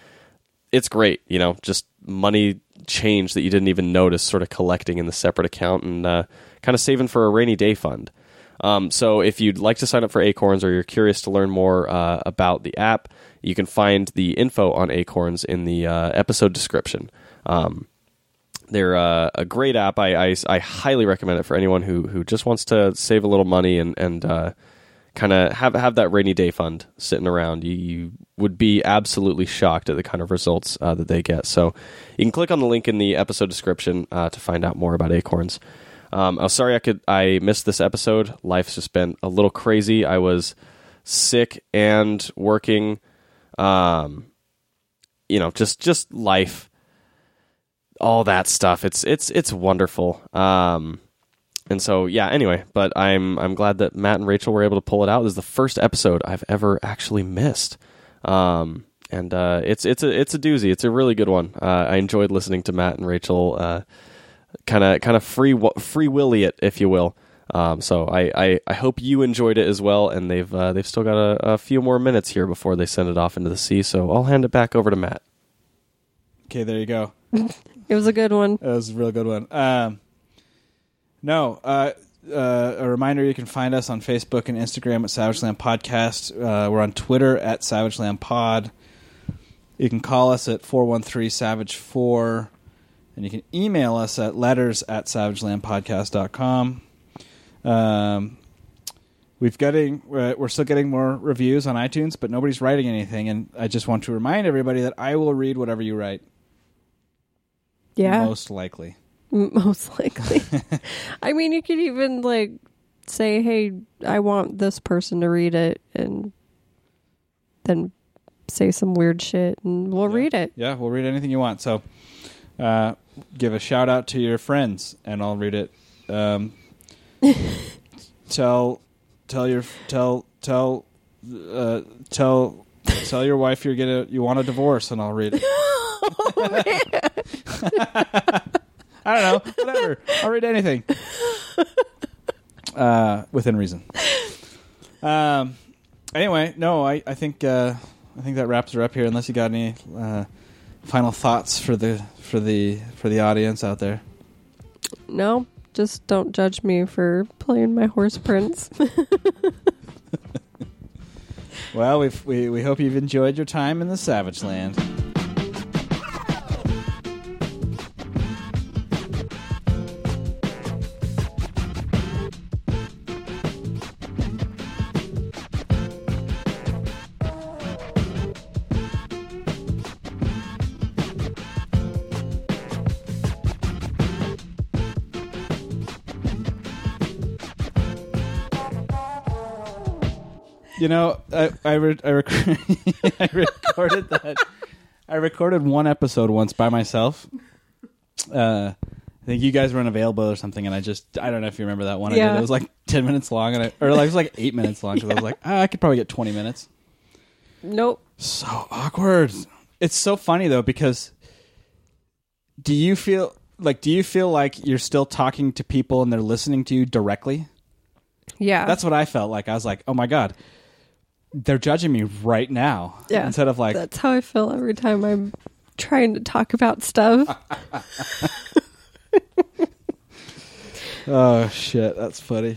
C: It's great, you know, just money change that you didn't even notice sort of collecting in the separate account and uh, kind of saving for a rainy day fund. Um, so if you'd like to sign up for Acorns or you're curious to learn more uh, about the app, you can find the info on Acorns in the uh, episode description. Um, they're uh, a great app. I, I, I highly recommend it for anyone who, who just wants to save a little money and, and uh, kind of have, have that rainy day fund sitting around. You, you would be absolutely shocked at the kind of results uh, that they get. So you can click on the link in the episode description uh, to find out more about Acorns. Um, I'm sorry I could I missed this episode. Life's just been a little crazy. I was sick and working. Um, you know, just just life, all that stuff. It's it's it's wonderful. Um, and so yeah. Anyway, but I'm I'm glad that Matt and Rachel were able to pull it out. This is the first episode I've ever actually missed. Um, and uh, it's it's a it's a doozy. It's a really good one. Uh, I enjoyed listening to Matt and Rachel. Uh, kind of kind of free wi- free willy it, if you will. Um, so I, I, I hope you enjoyed it as well, and they've uh, they've still got a, a few more minutes here before they send it off into the sea. So I'll hand it back over to Matt.
A: Okay, there you go.
B: It was a good one.
A: That was a real good one. Um, no, uh, uh, a reminder you can find us on Facebook and Instagram at Savageland Podcast. Uh, we're on Twitter at Savageland Pod. You can call us at 413 Savage 4, E and you can email us at letters at savagelandpodcast.com. Um, we've getting we're we're still getting more reviews on iTunes, but nobody's writing anything. And I just want to remind everybody that I will read whatever you write,
B: Yeah,
A: most likely.
B: most, likely. I mean, you could even like say, "Hey, I want this person to read it," and then say some weird shit, and we'll read it.
A: Yeah, we'll read anything you want. So, uh, give a shout out to your friends, and I'll read it. Um, tell, tell your tell tell uh, tell tell your wife you're gonna you want a divorce, and I'll read it. I don't know, whatever. I'll read anything uh, within reason. Um. Anyway, no, I I think uh, I think that wraps her up here. Unless you got any uh, final thoughts for the for the for the audience out there?
B: No, just don't judge me for playing my horse prince.
A: Well, we've, we we hope you've enjoyed your time in the Savage Land. You know, I I, re- I, rec- I recorded that. I recorded one episode once by myself. Uh, I think you guys were unavailable or something, and I just I don't know if you remember that one. I
B: Yeah.
A: did. It was like ten minutes long, and I, or like it was like eight minutes long. Because I was like, ah, I could probably get twenty minutes.
B: nope.
A: So awkward. It's so funny though because do you feel like do you feel like you're still talking to people and they're listening to you directly?
B: Yeah.
A: That's what I felt like. I was like, "Oh my god. They're judging me right now."
B: Yeah.
A: Instead of like,
B: That's how I feel every time I'm trying to talk about stuff.
A: Ah. "Oh shit, that's funny."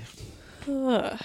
B: Ugh.